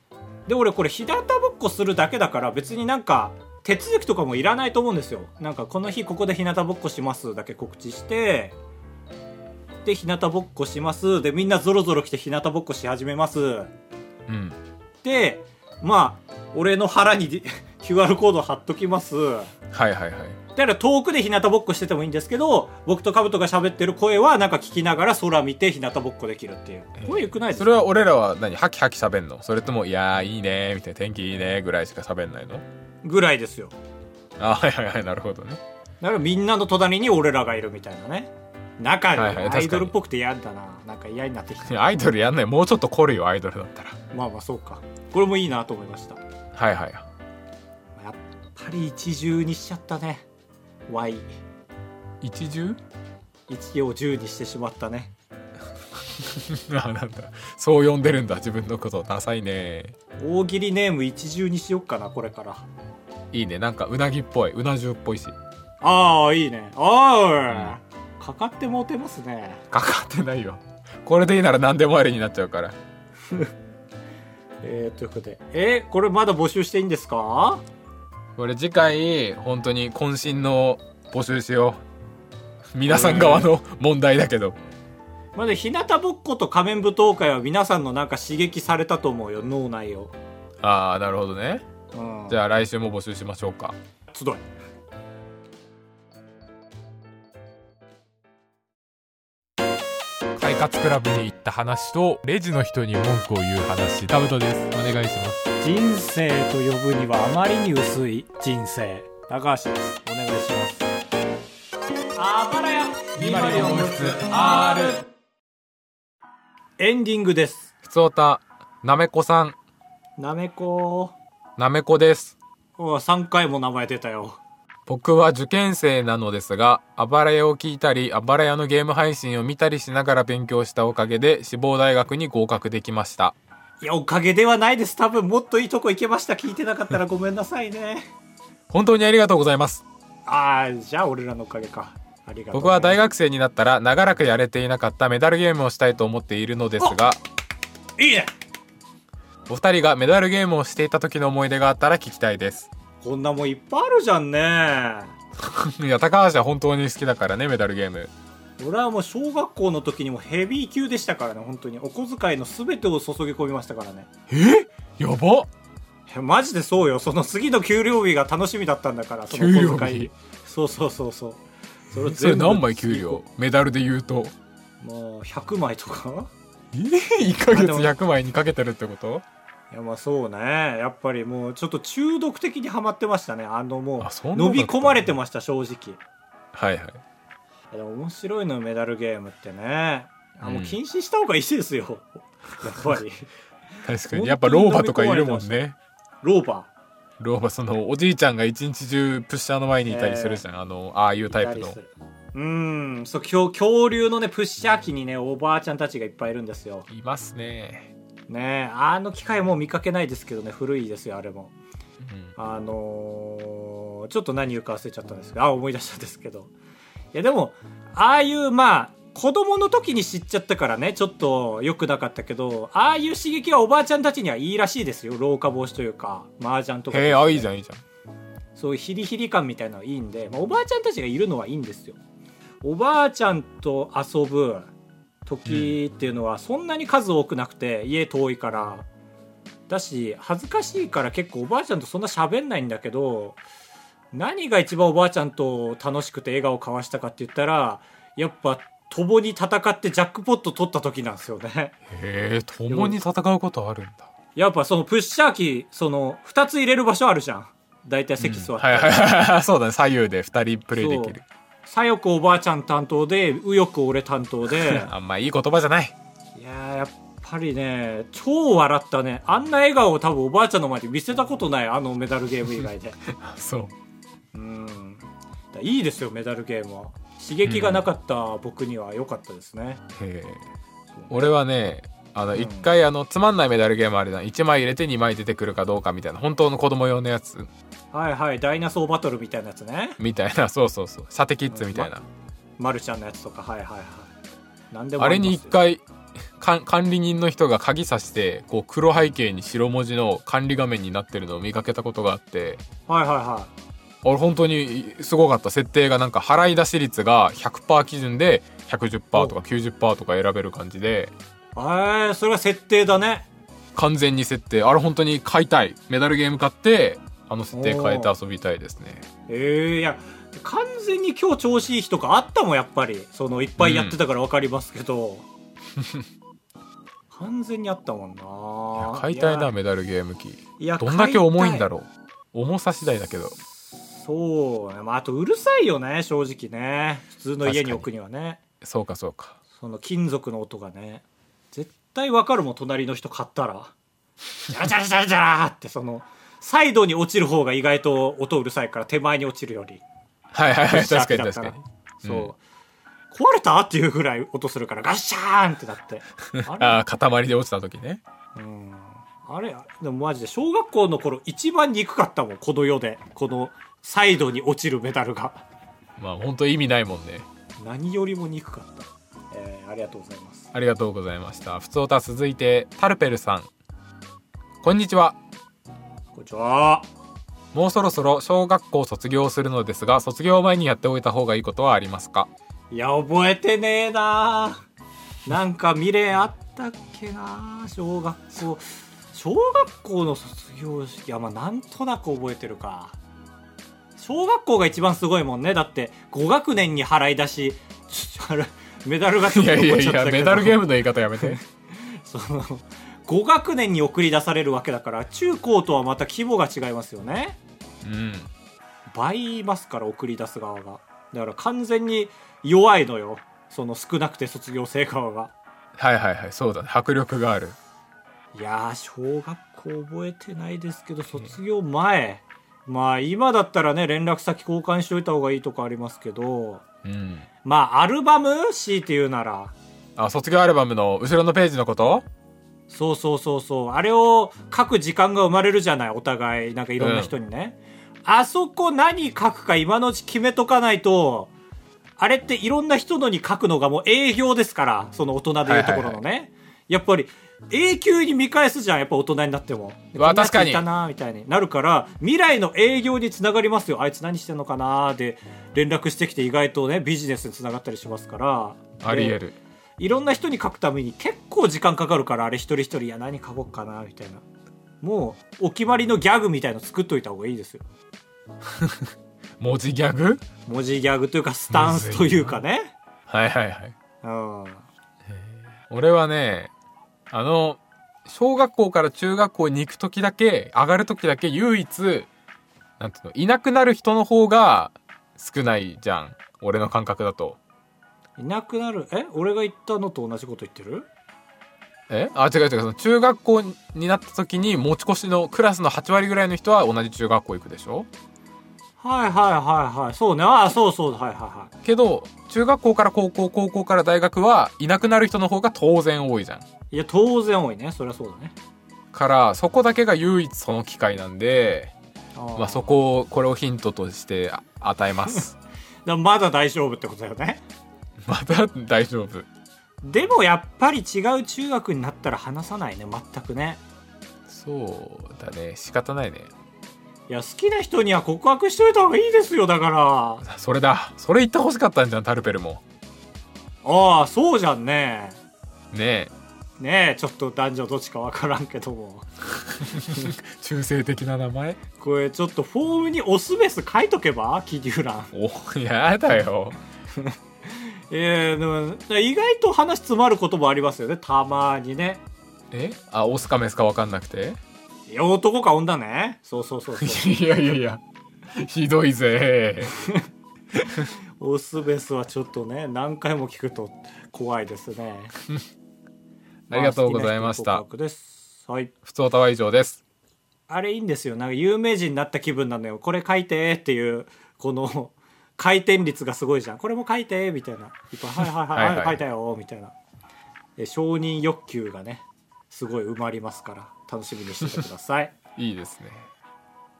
[SPEAKER 1] で俺これ日向ぼっこするだけだから別になんか手続きとかもいらないと思うんですよなんかこの日ここで日向ぼっこしますだけ告知してで日向ぼっこしますでみんなぞろぞろ来て日向ぼっこし始めます
[SPEAKER 2] うん
[SPEAKER 1] でまあ俺の腹に QR コード貼っときます
[SPEAKER 2] はいはいはい
[SPEAKER 1] だから遠くで日向ぼっこしててもいいんですけど僕とカブトが喋ってる声はなんか聞きながら空見て日向ぼっこできるっていうこれよくないです
[SPEAKER 2] そ
[SPEAKER 1] か
[SPEAKER 2] れは俺らは何ハキハキ喋んのそれとも「いやーいいね」みたいな「天気いいね」ぐらいしか喋んないの
[SPEAKER 1] ぐらいですよ
[SPEAKER 2] あはいはいはいなるほどね
[SPEAKER 1] だからみんなの隣に俺らがいるみたいなね中
[SPEAKER 2] はいはい確
[SPEAKER 1] に
[SPEAKER 2] か
[SPEAKER 1] ア
[SPEAKER 2] に
[SPEAKER 1] イドルっぽくて嫌だな、なんか嫌になってき
[SPEAKER 2] い
[SPEAKER 1] て
[SPEAKER 2] や アイドルやんないもうちょっと凝るよアイドルだったら
[SPEAKER 1] まあまあそうかこれもいいなと思いましたやっ
[SPEAKER 2] はいはい
[SPEAKER 1] ぱり一重にしちゃったね Y
[SPEAKER 2] 一重
[SPEAKER 1] 一を十にしてしまったね
[SPEAKER 2] あなんだそう呼んでるんだ自分のことダサいね
[SPEAKER 1] 大喜利ネーム一重にしよっかなこれから
[SPEAKER 2] いいねなんかうなぎっぽいうな重っぽいし
[SPEAKER 1] ああいいねああ、かかってモテますね
[SPEAKER 2] かかってないよこれでいいなら何でもありになっちゃうから
[SPEAKER 1] えー、ということでえーこれまだ募集していいんですか
[SPEAKER 2] これ次回本当に渾身の募集しよう皆さん側の問題だけど
[SPEAKER 1] まあで日向ぼっこと仮面舞踏会は皆さんのなんか刺激されたと思うよ脳内を
[SPEAKER 2] ああなるほどね
[SPEAKER 1] うん
[SPEAKER 2] じゃあ来週も募集しましょうか
[SPEAKER 1] 集い
[SPEAKER 2] 快活クラブに行った話とレジの人に文句を言う話タブトですお願いします
[SPEAKER 1] 人生と呼ぶにはあまりに薄い人生高橋ですお願いしますあばらやエンディングです
[SPEAKER 2] ふつおたなめこさん
[SPEAKER 1] なめこ
[SPEAKER 2] なめこです
[SPEAKER 1] お3回も名前出たよ
[SPEAKER 2] 僕は受験生なのですが、あばら屋を聞いたり、あばら屋のゲーム配信を見たりしながら勉強したおかげで、志望大学に合格できました。
[SPEAKER 1] いやおかげではないです多分もっといいとこ行けました聞いてなかったらごめんなさいね
[SPEAKER 2] 本当にありがとうございます。
[SPEAKER 1] ああじゃあ俺らのおかげかありがとう
[SPEAKER 2] 僕は大学生になったら長らくやれていなかったメダルゲームをしたいと思っているのですが
[SPEAKER 1] いいね
[SPEAKER 2] お二人がメダルゲームをしていた時の思い出があったら聞きたいです。
[SPEAKER 1] こんなもんいっぱいあるじゃんね
[SPEAKER 2] いや、高橋は本当に好きだからね、メダルゲーム。
[SPEAKER 1] 俺はもう小学校の時にもヘビー級でしたからね本当にお小遣いの全てを注ぎ込みましたからね
[SPEAKER 2] やば
[SPEAKER 1] いやマジでそうよその次の給料日が楽しみだったんだからその
[SPEAKER 2] 給料
[SPEAKER 1] 小遣
[SPEAKER 2] 日
[SPEAKER 1] いそうそうそうそうそれを
[SPEAKER 2] それ
[SPEAKER 1] 全部
[SPEAKER 2] 何枚給料メダルで言うと。
[SPEAKER 1] もう100枚とか
[SPEAKER 2] え ?1 ヶ月
[SPEAKER 1] あでも
[SPEAKER 2] 100枚にかけてるってこと
[SPEAKER 1] いやまあそうねやっぱりもうちょっと中毒的にはまってましたねあのも
[SPEAKER 2] あそ
[SPEAKER 1] う
[SPEAKER 2] んなだった
[SPEAKER 1] 飲み込まれてました正直い
[SPEAKER 2] はいはい。
[SPEAKER 1] やでも面白いのよメダルゲームってねあもううん禁止した方がいいですよ、やっぱり
[SPEAKER 2] 確かに。やっぱ老婆とかいるもん
[SPEAKER 1] 本当に飲
[SPEAKER 2] ね。
[SPEAKER 1] ローバ
[SPEAKER 2] 老婆、その、おじいちゃんが一日中プッシャーの前にいたりするじゃん。あの、ああいう
[SPEAKER 1] ー
[SPEAKER 2] タイプ
[SPEAKER 1] いたり
[SPEAKER 2] の
[SPEAKER 1] す。るうんそう恐恐竜のねプッシャー機にねおばあちゃんたちがいっぱいいるんですよ
[SPEAKER 2] いますね。
[SPEAKER 1] ねえあの機械もう見かけないですけどね古いですよあれも
[SPEAKER 2] うん
[SPEAKER 1] あのーちょっと何言うか忘れちゃったんですけどあ思い出したんですけどいやでもああいうまあ子供の時に知っちゃったからねちょっと良くなかったけどああいう刺激はおばあちゃんたちにはいいらしいですよ老化防止というか麻雀とか
[SPEAKER 2] へえ、あ、いいじゃん、いいじゃん。
[SPEAKER 1] そういうヒリヒリ感みたいなのがいいんで、まあ、おばあちゃんたちがいるのはいいんですよおばあちゃんと遊ぶ時っていうのはそんなに数多くなくて家遠いからだし恥ずかしいから結構おばあちゃんとそんな喋んないんだけど何が一番おばあちゃんと楽しくて笑顔交わしたかって言ったらやっぱ共に戦ってジャックポット取った時なんですよね
[SPEAKER 2] へえ、共に戦うことあるんだ。
[SPEAKER 1] やっぱそのプッシャー機その2つ入れる場所あるじゃん大体席座って、
[SPEAKER 2] はいはいはい。 そうだね。左右で2人プレイできる。
[SPEAKER 1] 左翼おばあちゃん担当で右翼俺担当 で
[SPEAKER 2] あんまいい言葉じゃない。
[SPEAKER 1] いやーやっぱりね超笑ったねあんな笑顔を多分おばあちゃんの前で見せたことないあのメダルゲーム以外 で
[SPEAKER 2] そう。
[SPEAKER 1] うんだいいですよメダルゲームは刺激がなかった僕には良かったですね、
[SPEAKER 2] へえ俺はねあの
[SPEAKER 1] ん
[SPEAKER 2] 一回あのつまんないメダルゲームあれだ1枚入れて2枚出てくるかどうかみたいな本当の子供用のやつ
[SPEAKER 1] はいはいダイナソーバトルみたいなやつね
[SPEAKER 2] みたいな そうそうそう射的キッズみたいな、
[SPEAKER 1] マルちゃんのやつとかはいはいはい何でも
[SPEAKER 2] あ
[SPEAKER 1] り
[SPEAKER 2] れ
[SPEAKER 1] ますよ
[SPEAKER 2] に一回か管理人の人が鍵さしてこう黒背景に白文字の管理画面になってるのを見かけたことがあって
[SPEAKER 1] はいはいは
[SPEAKER 2] 俺本当にすごかった設定がなんか払い出し率が100%基準で110%とか90%とか選べる感じで
[SPEAKER 1] いえー、それが設定だね
[SPEAKER 2] 完全に設定あれ本当に買いたいメダルゲーム買ってあの設定変えて遊びたいですね
[SPEAKER 1] ええいや完全に今日調子いい日とかあったもんやっぱりそのいっぱいやってたから分かりますけど、 完全にあったもんな
[SPEAKER 2] 買いたいない
[SPEAKER 1] や
[SPEAKER 2] メダルゲーム機
[SPEAKER 1] いや
[SPEAKER 2] どんだけ重いんだ
[SPEAKER 1] ろ
[SPEAKER 2] ろう重さ次第だけど
[SPEAKER 1] そうね、まあ、あとうるさいよね正直ね普通の家に置くにはね
[SPEAKER 2] そうかそうか
[SPEAKER 1] その金属の音がね絶対分かるもん隣の人買ったらジャラジャラジャラジャラってそのサイドに落ちる方が意外と音うるさいから手前に落ちるより
[SPEAKER 2] はいはいはい確かに
[SPEAKER 1] ガッシャーってなった
[SPEAKER 2] 確からに
[SPEAKER 1] そう、
[SPEAKER 2] うん
[SPEAKER 1] 壊れたっていうぐらい音するからガッシャーンってなって あ
[SPEAKER 2] ああ塊で落ちた時ね
[SPEAKER 1] れ,、うん、あれでもマジで小学校の頃一番憎かったもんこの世でこのサイドに落ちるメダルが
[SPEAKER 2] まあ本当意味ないもんね
[SPEAKER 1] 何よりも憎かった、えーありがとうございます
[SPEAKER 2] ありがとうございましたふつおた続いてタルペルさんこんにちは
[SPEAKER 1] こんにちは
[SPEAKER 2] もうそろそろ小学校を卒業するのですが卒業前にやっておいた方がいいことはありま すか
[SPEAKER 1] いや覚えてねえななんか未練あったっけな小学校小学校の卒業式はまあなんとなく覚えてるか小学校が一番すごいもんねだって5学年に払い出しちょあれメダルがちょっ
[SPEAKER 2] い
[SPEAKER 1] と
[SPEAKER 2] やい
[SPEAKER 1] 残
[SPEAKER 2] や
[SPEAKER 1] っ
[SPEAKER 2] い
[SPEAKER 1] ちゃっ
[SPEAKER 2] や
[SPEAKER 1] たけど
[SPEAKER 2] メダルゲームの言い方やめ て
[SPEAKER 1] その5学年に送り出されるわけだから中高とはまた規模が違いますよね
[SPEAKER 2] うん
[SPEAKER 1] 倍いますから送り出す側がだから完全に弱いのよその少なくて卒業生側が
[SPEAKER 2] はいはいはいそうだね迫力がある
[SPEAKER 1] いやー小学校覚えてないですけど卒業前、まあ今だったらね連絡先交換しといた方がいいとかありますけど
[SPEAKER 2] うん
[SPEAKER 1] まあアルバム C っていうなら
[SPEAKER 2] あ卒業アルバムの後ろのページのこと
[SPEAKER 1] そうそうそうそうあれを書く時間が生まれるじゃないお互いなんかいろんな人にね、あそこ何書くか今のうち決めとかないとあれっていろんな人のに書くのがもう営業ですからその大人でいうところのね、やっぱり永久に見返すじゃんやっぱ大人になっても
[SPEAKER 2] わ
[SPEAKER 1] こんなやつ
[SPEAKER 2] 確かに
[SPEAKER 1] いたなみたいになるから未来の営業につながりますよあいつ何してんのかなで連絡してきて意外とねビジネスにつながったりしますから
[SPEAKER 2] あり
[SPEAKER 1] で
[SPEAKER 2] える
[SPEAKER 1] いろんな人に書くために結構時間かかるからあれ一人一人いや何書こうかなみたいなもうお決まりのギャグみたいの作っといた方がいいですよ
[SPEAKER 2] 文字ギャグ
[SPEAKER 1] 文字ギャグというかスタンスというかね
[SPEAKER 2] はいはいはい
[SPEAKER 1] うん
[SPEAKER 2] 俺はねあの小学校から中学校に行く時だけ上がる時だけ唯一なんていうのいなくなる人の方が少ないじゃん俺の感覚だと
[SPEAKER 1] いなくなるえ俺が言ったのと同じこと言ってる
[SPEAKER 2] えあ違う違うその中学校になった時に持ち越しのクラスの8割ぐらいの人は同じ中学校行くでしょ
[SPEAKER 1] はいはいはいはいそうねああそうそうはいはいはい
[SPEAKER 2] けど中学校から高校高校から大学はいなくなる人の方が当然多いじゃん
[SPEAKER 1] いや当然多いねそりゃそうだね
[SPEAKER 2] からそこだけが唯一その機会なんで、
[SPEAKER 1] あ
[SPEAKER 2] まあ、そこをこれをヒントとしてあ与えます
[SPEAKER 1] だまだ大丈夫ってことだよね
[SPEAKER 2] また大丈夫
[SPEAKER 1] でもやっぱり違う中学になったら話さないね全くね
[SPEAKER 2] そうだね仕方ないね
[SPEAKER 1] いや好きな人には告白しといた方がいいですよだから
[SPEAKER 2] それだそれ言ってほしかったんじゃんタルペルも
[SPEAKER 1] ああそうじゃんね
[SPEAKER 2] ねえ
[SPEAKER 1] ねえちょっと男女どっちか分からんけども
[SPEAKER 2] 中性的な名前
[SPEAKER 1] これちょっとフォームにオスメス書いとけば記入欄
[SPEAKER 2] おやだよ
[SPEAKER 1] えー、でもだから意外と話詰まることもありますよねたまにね
[SPEAKER 2] えあオスかメスか分かんなくて
[SPEAKER 1] いや男か女ねそうそうそうそう
[SPEAKER 2] いやいやいやひどいぜ
[SPEAKER 1] オスメスはちょっとね何回も聞くと怖いですね
[SPEAKER 2] ありがとうございまし
[SPEAKER 1] あ
[SPEAKER 2] た
[SPEAKER 1] 好きな人の告白ですはい
[SPEAKER 2] ふつおたは以上です
[SPEAKER 1] あれいいんですよなんか有名人になった気分なのよこれ書いてっていうこの 回転率がすごいじゃんこれも書いてみたいないっぱいはいはいはい、
[SPEAKER 2] はいはい
[SPEAKER 1] 書いたよみたいなえ承認欲求がねすごい埋まりますから楽しみにしててください
[SPEAKER 2] いいですね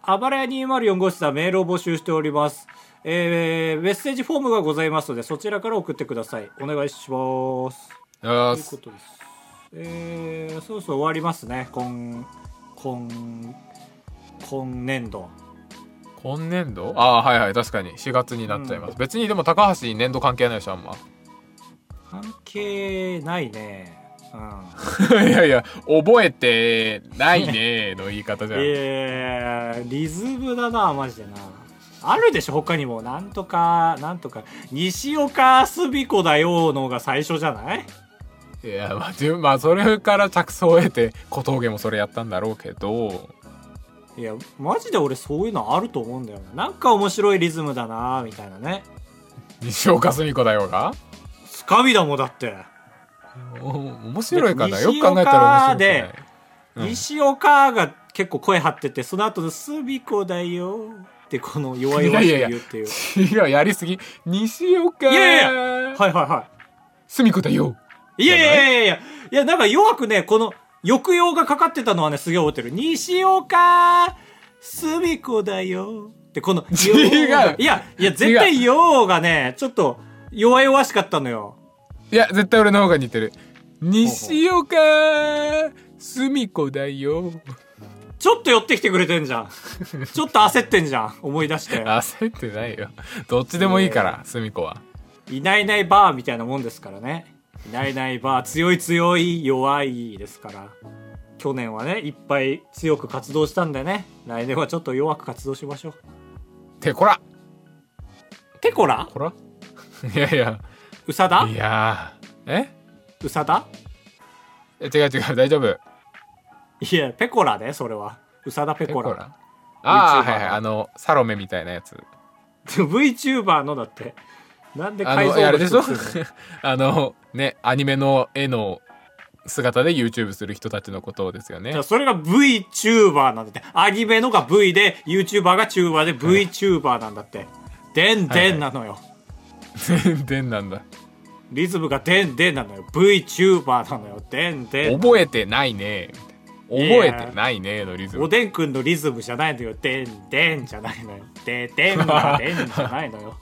[SPEAKER 1] あばらや204号室ではメールを募集しておりますえー、メッセージフォームがございますのでそちらから送ってくださいお願いします
[SPEAKER 2] よ
[SPEAKER 1] という
[SPEAKER 2] し
[SPEAKER 1] ことです。えー、そろそろ終わりますね。今、今、今年度。
[SPEAKER 2] 今年度ああはいはい確かに4月になっちゃいます、別にでも高橋年度関係ないでしょあんま
[SPEAKER 1] 関係ないね。うん。
[SPEAKER 2] いやいや覚えてないねの言い 方じゃん、
[SPEAKER 1] えー、リズムだな、マジでな。あるでしょ、他にも。なんとか、なんとか。西岡すび子だよのが最初じゃない
[SPEAKER 2] いやまあ自分まあそれから着想を得て小峠もそれやったんだろうけど
[SPEAKER 1] いや、マジで俺そういうのあると思うんだよな。なんか面白いリズムだな、みたいなね。
[SPEAKER 2] 西岡澄子だよが
[SPEAKER 1] つかみだもんだって。
[SPEAKER 2] お面白いかな
[SPEAKER 1] で
[SPEAKER 2] よく考えた
[SPEAKER 1] 西岡
[SPEAKER 2] ら面白い
[SPEAKER 1] で
[SPEAKER 2] うん
[SPEAKER 1] 西岡が結構声張っててその後の「すびこだよ」ってこの弱々しく言うっていう
[SPEAKER 2] いや、やりすぎ。西岡
[SPEAKER 1] いやいはいはいは
[SPEAKER 2] すみこだよ。
[SPEAKER 1] いいやいやいやいやいやなんか弱くねこの抑揚がかかってたのはねすげえ覚えてる「西岡すびこだよ」ってこの「
[SPEAKER 2] 違
[SPEAKER 1] よ
[SPEAKER 2] う
[SPEAKER 1] ーがいやいや絶対「よ」がねちょっと弱々しかったのよ
[SPEAKER 2] いや、絶対俺の方が似てる。西岡すみこだよ。
[SPEAKER 1] ちょっと寄ってきてくれてん じゃんちょっと焦ってんじゃん思い出して
[SPEAKER 2] 焦ってないよ。どっちでもいいから、すみこは。
[SPEAKER 1] いないいないバーみたいなもんですからね。いないいないバー、強い強い、弱いですから。去年はね、いっぱい強く活動したんでね、来年はちょっと弱く活動しましょう。
[SPEAKER 2] てこら
[SPEAKER 1] てこら
[SPEAKER 2] こらいやいや。
[SPEAKER 1] うさだ
[SPEAKER 2] いやー
[SPEAKER 1] うさだ
[SPEAKER 2] え違う違う、大丈夫。
[SPEAKER 1] いや、ペコラね、それは。うさだペ
[SPEAKER 2] て
[SPEAKER 1] コ
[SPEAKER 2] こ
[SPEAKER 1] ラ。
[SPEAKER 2] らああ、
[SPEAKER 1] YouTuber
[SPEAKER 2] はいはい。あの、サロメみたいなやつ。
[SPEAKER 1] VTuber のだって。なんで
[SPEAKER 2] あ
[SPEAKER 1] 改
[SPEAKER 2] の、
[SPEAKER 1] 造
[SPEAKER 2] いやあれでしょ
[SPEAKER 1] の人
[SPEAKER 2] あの、ね、アニメの絵の姿で YouTube する人たちのことですよ
[SPEAKER 1] い
[SPEAKER 2] ね
[SPEAKER 1] や。それが VTuber なんだって。アニメのが V で、YouTuber が中和で VTuber なんだって。でんでんなのよ。
[SPEAKER 2] 全然なんだ。
[SPEAKER 1] リズムがでんでんなのよ。VTuber なのよ。でんでん。
[SPEAKER 2] 覚えてないねみたい
[SPEAKER 1] いや
[SPEAKER 2] な覚えてないねのリズム
[SPEAKER 1] おでんくんのリズムじゃないのよ。でんでんじゃないのよ。ででんがでんじゃないのよ。